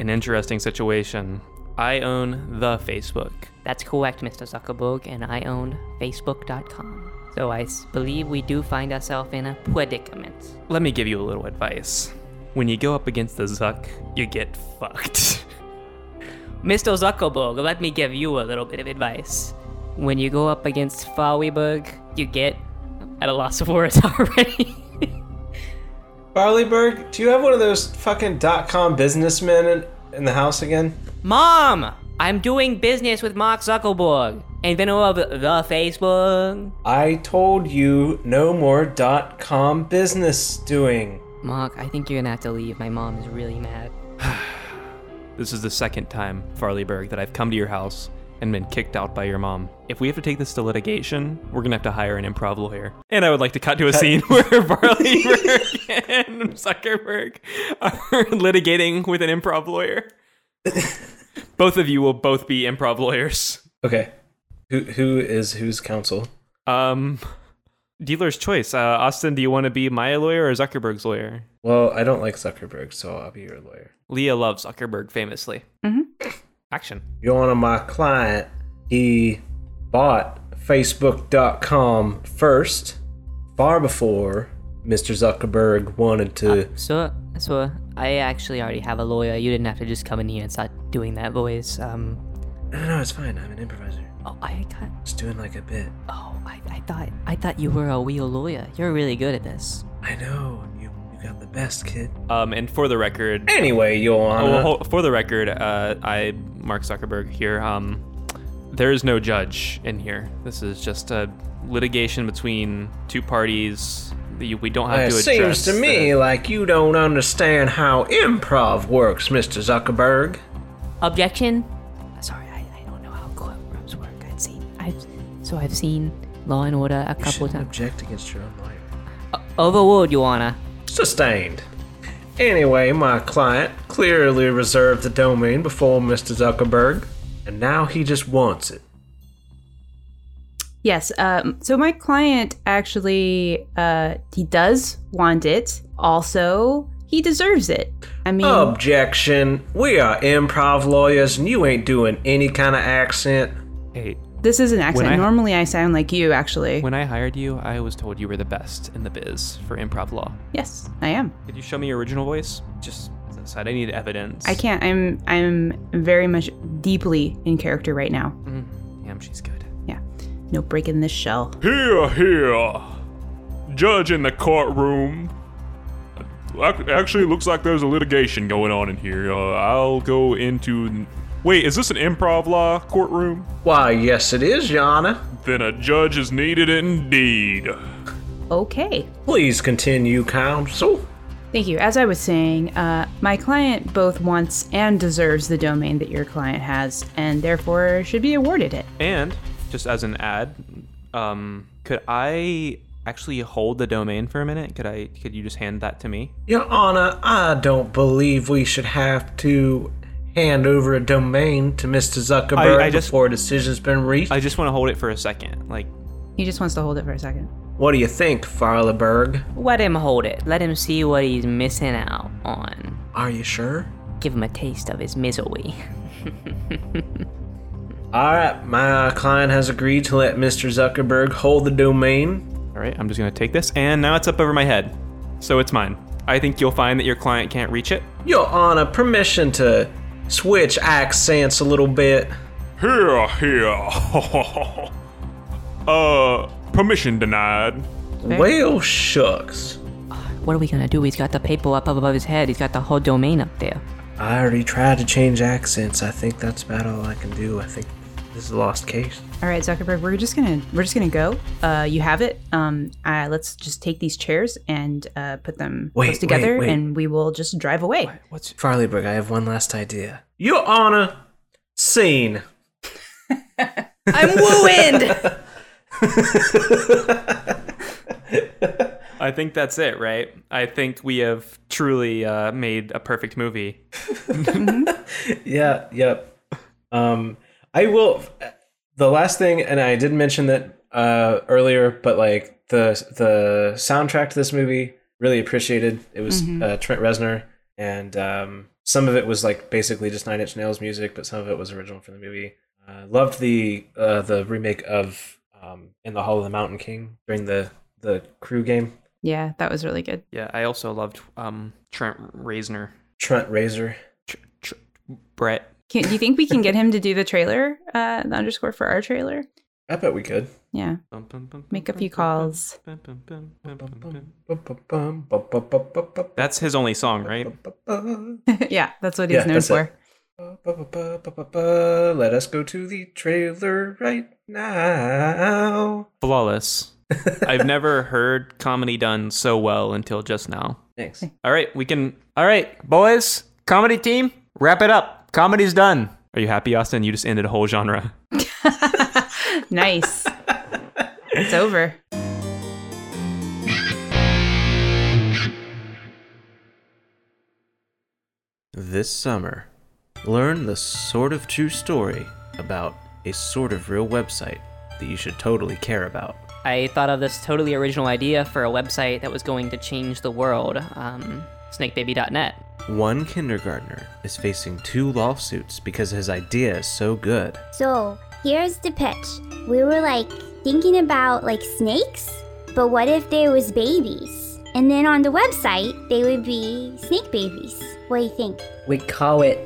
Speaker 2: an interesting situation. I own the Facebook.
Speaker 6: That's correct, Mr. Zuckerberg, and I own Facebook.com. So I s- believe we do find ourselves in a predicament.
Speaker 2: Let me give you a little advice. When you go up against the Zuck, you get fucked. *laughs*
Speaker 6: Mr. Zuckerberg, let me give you a little bit of advice. When you go up against Farleyberg, you get I'm at a loss of words *laughs* already.
Speaker 3: Farleyberg, do you have one of those fucking dot com businessmen in, in the house again?
Speaker 6: Mom, I'm doing business with Mark Zuckerberg, inventor of the Facebook.
Speaker 3: I told you no more dot com business doing.
Speaker 6: Mark, I think you're gonna have to leave. My mom is really mad.
Speaker 2: This is the second time, Farleyberg, that I've come to your house and been kicked out by your mom. If we have to take this to litigation, we're gonna have to hire an improv lawyer. And I would like to cut to a scene *laughs* where Farleyberg and Zuckerberg are *laughs* litigating with an improv lawyer. both of you will both be improv lawyers.
Speaker 3: Okay. Who who is whose counsel?
Speaker 2: Um, dealer's choice. Uh, Austin, do you want to be my lawyer or Zuckerberg's lawyer?
Speaker 3: Well, I don't like Zuckerberg, so I'll be your lawyer.
Speaker 2: Leah loves Zuckerberg famously. Action.
Speaker 3: You're one of my client. He bought Facebook.com first, far before Mr. Zuckerberg wanted to.
Speaker 6: So, so I actually already have a lawyer. You didn't have to just come in here and start doing that voice. Um,
Speaker 3: no, no, it's fine. I'm an improviser.
Speaker 6: oh, I got.
Speaker 3: Just doing like a bit.
Speaker 6: Oh, I, I thought I thought you were a real lawyer. You're really good at this.
Speaker 3: I know. You, you got the best, kid.
Speaker 2: Um, and for the record,
Speaker 3: Anyway, Joanna.
Speaker 2: Oh, well, hold- for the record, uh, I, Mark Zuckerberg here. Um, there is no judge in here. This is just a litigation between two parties. that you- We don't have
Speaker 3: it
Speaker 2: to.
Speaker 3: Uh, seems
Speaker 2: address
Speaker 3: to me like you don't understand how improv works, Mr. Zuckerberg.
Speaker 6: Objection. Sorry, I, I don't know how courtrooms work. I've seen I've so I've seen Law and Order a
Speaker 3: You
Speaker 6: couple
Speaker 3: shouldn't
Speaker 6: times.
Speaker 3: object against your own lawyer.
Speaker 6: Overruled, Your Honor.
Speaker 3: Sustained. Anyway, my client clearly reserved the domain before Mr. Zuckerberg, and now he just wants it.
Speaker 1: Yes. Um, so my client actually, uh, he does want it. Also, he deserves it. I mean,
Speaker 2: Um,
Speaker 3: Objection. We are improv lawyers, and you ain't doing any kind of accent.
Speaker 2: Hey,
Speaker 1: this is an accent.
Speaker 2: I-
Speaker 1: Normally, I sound like you. Actually,
Speaker 2: when I hired you, I was told you were the best in the biz for improv law.
Speaker 1: yes, I am.
Speaker 2: Could you show me your original voice? Just as I said, I need evidence.
Speaker 1: I can't. I'm. I'm very much deeply in character right now.
Speaker 2: Mm, damn, she's good.
Speaker 1: Yeah. No breaking this shell.
Speaker 11: *laughs* Here, here. Judge in the courtroom. Ac- Actually, looks like there's a litigation going on in here. Uh, I'll go into. Wait, is this an improv law courtroom?
Speaker 3: Why, yes, it is, Your Honor.
Speaker 11: Then a judge is needed indeed.
Speaker 1: Okay.
Speaker 3: Please continue, counsel.
Speaker 1: Thank you. As I was saying, uh, my client both wants and deserves the domain that your client has, and therefore should be awarded it.
Speaker 2: And just as an ad, um, could I actually hold the domain for a minute? Could I? Could you just hand that to me?
Speaker 3: Your Honor, I don't believe we should have to hand over a domain to Mr. Zuckerberg
Speaker 2: I- I just-
Speaker 3: before a decision's been reached.
Speaker 2: I just want to hold it for a second. Like,
Speaker 1: He just wants to hold it for a second.
Speaker 3: what do you think, Farleberg?
Speaker 6: Let him hold it. Let him see what he's missing out on.
Speaker 3: Are you sure?
Speaker 6: Give him a taste of his misery.
Speaker 3: All right, my client has agreed to let Mr. Zuckerberg hold the domain.
Speaker 2: all right, I'm just going to take this, and now it's up over my head. So it's mine. I think you'll find that your client can't reach it.
Speaker 3: Your Honor, permission to switch accents a little bit.
Speaker 11: Here, here. *laughs* uh, permission denied.
Speaker 6: Well,
Speaker 3: shucks.
Speaker 6: What are we gonna do? He's got the paper up above his head. He's got the whole domain up there.
Speaker 3: I already tried to change accents. I think that's about all I can do. I think this is a lost case.
Speaker 1: All right, Zuckerberg, we're just gonna we're just gonna go. Uh, you have it. Um, uh, let's just take these chairs and uh, put them
Speaker 3: Wait,
Speaker 1: close together,
Speaker 3: wait, wait.
Speaker 1: and we will just drive away.
Speaker 3: What's Farleyberg? I have one last idea. Your Honor, scene.
Speaker 1: I'm wooed.
Speaker 2: I think that's it, right? I think we have truly uh, made a perfect movie.
Speaker 3: yeah, yep. Um, I will. The last thing, and I did mention that uh, earlier, but like the the soundtrack to this movie, really appreciated. It was
Speaker 12: Mhm.
Speaker 3: uh, Trent Reznor, and um, some of it was like basically just Nine Inch Nails music, but some of it was original from the movie. Uh, loved the uh, the remake of um, In the Hall of the Mountain King during the the crew game.
Speaker 1: Yeah, that was really good.
Speaker 2: Yeah, I also loved um, Trent Reznor.
Speaker 3: Trent Razor.
Speaker 2: Brett.
Speaker 1: Can, do you think we can get him to do the trailer, uh, the underscore for our trailer?
Speaker 3: I bet we could.
Speaker 1: Yeah. Make a few calls. *laughs*
Speaker 2: That's his only song, right?
Speaker 1: yeah, that's what he's
Speaker 3: Yeah,
Speaker 1: known
Speaker 3: that's it.
Speaker 1: for.
Speaker 3: Ba-ba-ba-ba-ba-ba, Let us go to the trailer right now.
Speaker 11: *laughs*
Speaker 2: Flawless. I've never heard comedy done so well until just now.
Speaker 3: Thanks.
Speaker 2: All right, we can. All right, boys, comedy team, wrap it up. Comedy's done. Are you happy, Austin? You just ended a whole genre.
Speaker 3: *laughs*
Speaker 1: Nice. it's over.
Speaker 3: This summer, learn the sort of true story about a sort of real website that you should totally care about.
Speaker 6: I thought of this totally original idea for a website that was going to change the world. Um, snakebaby.net.
Speaker 3: One kindergartner is facing two lawsuits because his idea is so good.
Speaker 5: So here's the pitch. We were like thinking about like snakes, but what if there was babies? And then on the website, they would be snake babies. What do you think?
Speaker 7: We call it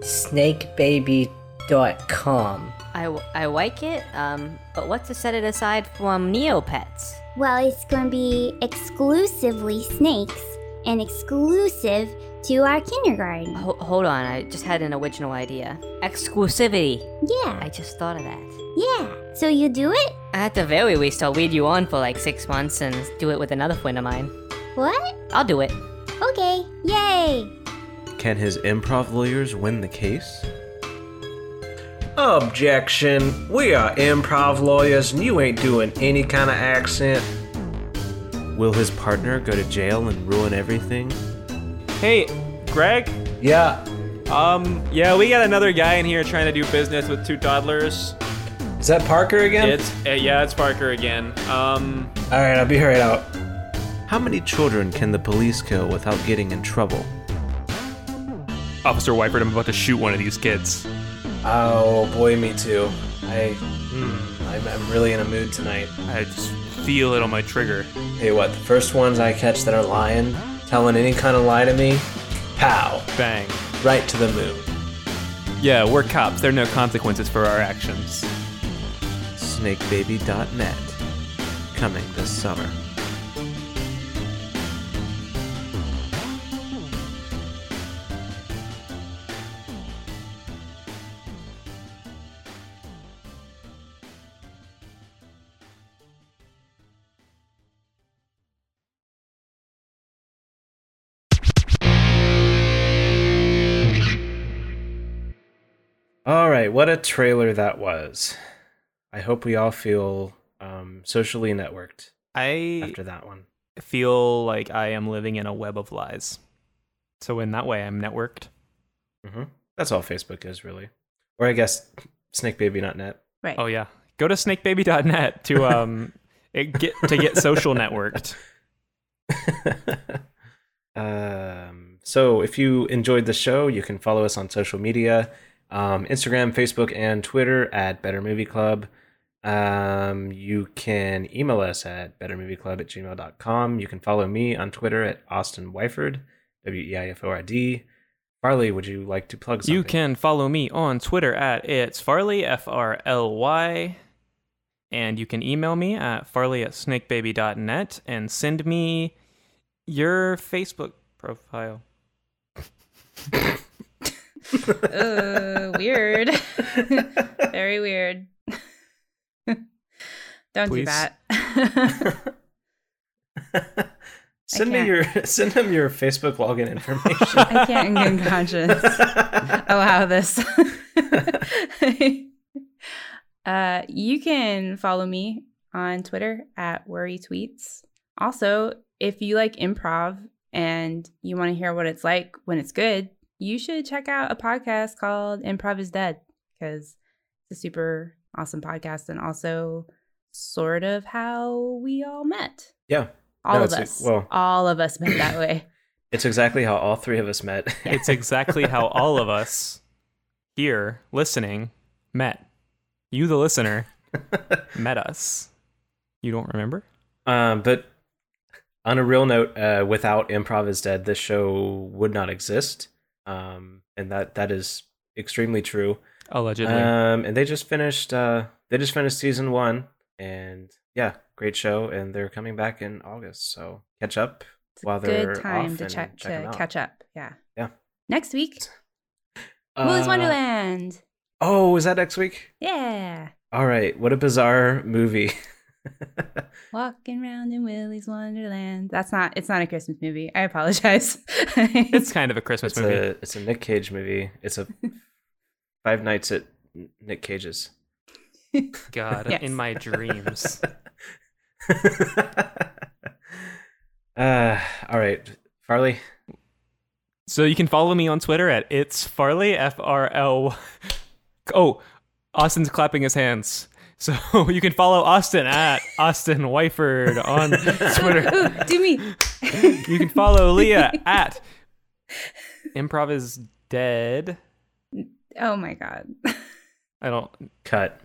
Speaker 7: snakebaby.com.
Speaker 6: I, w- I like it, um, but what to set it aside from Neopets?
Speaker 5: Well, it's going to be exclusively snakes and exclusive to our kindergarten.
Speaker 6: Ho- hold on, I just had an original idea. Exclusivity.
Speaker 5: Yeah.
Speaker 6: I just thought of that.
Speaker 5: Yeah. So you do it?
Speaker 6: At the very least, I'll lead you on for like six months and do it with another friend of mine.
Speaker 5: What?
Speaker 6: I'll do it.
Speaker 5: Okay. Yay.
Speaker 3: Can his improv lawyers win the case? Objection! We are improv lawyers and you ain't doing any kind of accent. Will his partner go to jail and ruin everything?
Speaker 2: Hey, Greg.
Speaker 3: Yeah.
Speaker 2: Um. Yeah, we got another guy in here trying to do business with two toddlers.
Speaker 3: Is that Parker again?
Speaker 2: It's uh, yeah, it's Parker again. Um.
Speaker 3: Alright, I'll be right out. How many children can the police kill without getting in trouble?
Speaker 2: Officer Wyford, I'm about to shoot one of these kids.
Speaker 3: Oh boy, me too. I, mm, I'm, I'm really in a mood tonight.
Speaker 2: I just feel it on my trigger.
Speaker 3: Hey, what? The first ones I catch that are lying, telling any kind of lie to me, pow,
Speaker 2: bang,
Speaker 3: right to the moon.
Speaker 2: Yeah, we're cops. There are no consequences for our actions.
Speaker 3: Snakebaby.net, coming this summer. All right, what a trailer that was. I hope we all feel um, socially networked
Speaker 2: I
Speaker 3: after that one.
Speaker 2: feel like I am living in a web of lies. So in that way, I'm networked.
Speaker 3: Mm-hmm. That's all Facebook is, really. Or I guess snakebaby.net.
Speaker 1: Right.
Speaker 2: Oh yeah. Go to snakebaby.net *laughs* to um it get to get social networked.
Speaker 3: *laughs* Um, so if you enjoyed the show, you can follow us on social media um, Instagram, Facebook, and Twitter at Better Movie Club. Um, you can email us at bettermovieclub at gmail.com. You can follow me on Twitter at Austin Wyford, W E I F O R D. Farley, would you like to plug something?
Speaker 2: You can follow me on Twitter at it's Farley, F R L Y. And you can email me at farley at snakebaby.net and send me your Facebook profile.
Speaker 1: uh, weird. *laughs* Very weird. *laughs* Don't do
Speaker 3: Please.
Speaker 1: that. *laughs*
Speaker 3: send me
Speaker 1: can't.
Speaker 3: your *laughs* send them your Facebook login
Speaker 1: *laughs*
Speaker 3: information.
Speaker 1: I can't in good conscience allow Oh, this. *laughs* uh, you can follow me on Twitter at worry tweets. Also, if you like improv and you want to hear what it's like when it's good, you should check out a podcast called Improv is Dead because it's a super awesome podcast and also sort of how we all met.
Speaker 3: *laughs* yeah.
Speaker 1: All
Speaker 3: No,
Speaker 1: of
Speaker 3: it's-
Speaker 1: us.
Speaker 3: Well,
Speaker 1: all of us met that way.
Speaker 3: it's exactly how all three of us met.
Speaker 2: It's exactly how all of us here listening met. You, the listener, met us. You don't remember?
Speaker 3: *laughs* Um, but on a real note, uh, without Improv is Dead, this show would not exist. Um, and that that is extremely true.
Speaker 2: Allegedly.
Speaker 3: Um, and they just finished. Uh, they just finished season one, and yeah, great show. And they're coming back in August, so catch up while they're
Speaker 1: Good time
Speaker 3: off
Speaker 1: to
Speaker 3: and
Speaker 1: check,
Speaker 3: check them
Speaker 1: to
Speaker 3: out.
Speaker 1: catch up. Yeah.
Speaker 3: Yeah.
Speaker 1: Next week, Willie's
Speaker 3: Uh,
Speaker 1: Wonderland.
Speaker 3: Oh, is that next week?
Speaker 1: Yeah.
Speaker 3: All right. What a bizarre movie.
Speaker 1: Walking around in Willie's Wonderland. That's not. It's not a Christmas movie. I apologize. *laughs*
Speaker 2: It's kind of a Christmas
Speaker 3: It's
Speaker 2: movie.
Speaker 3: a it's a Nick Cage movie. It's a *laughs* Five Nights at Nick Cage's. *laughs*
Speaker 2: God,
Speaker 1: Yes.
Speaker 2: in my dreams.
Speaker 3: Uh, all right, Farley.
Speaker 2: So you can follow me on Twitter at it's Farley F R L. *laughs* Oh, Austin's clapping his hands. So *laughs* you can follow Austin at Austin Wyford on Twitter.
Speaker 1: Ooh, do me.
Speaker 2: *laughs* You can follow Leah at Improv is Dead.
Speaker 1: *laughs* Oh my god.
Speaker 2: I don't.
Speaker 3: Cut.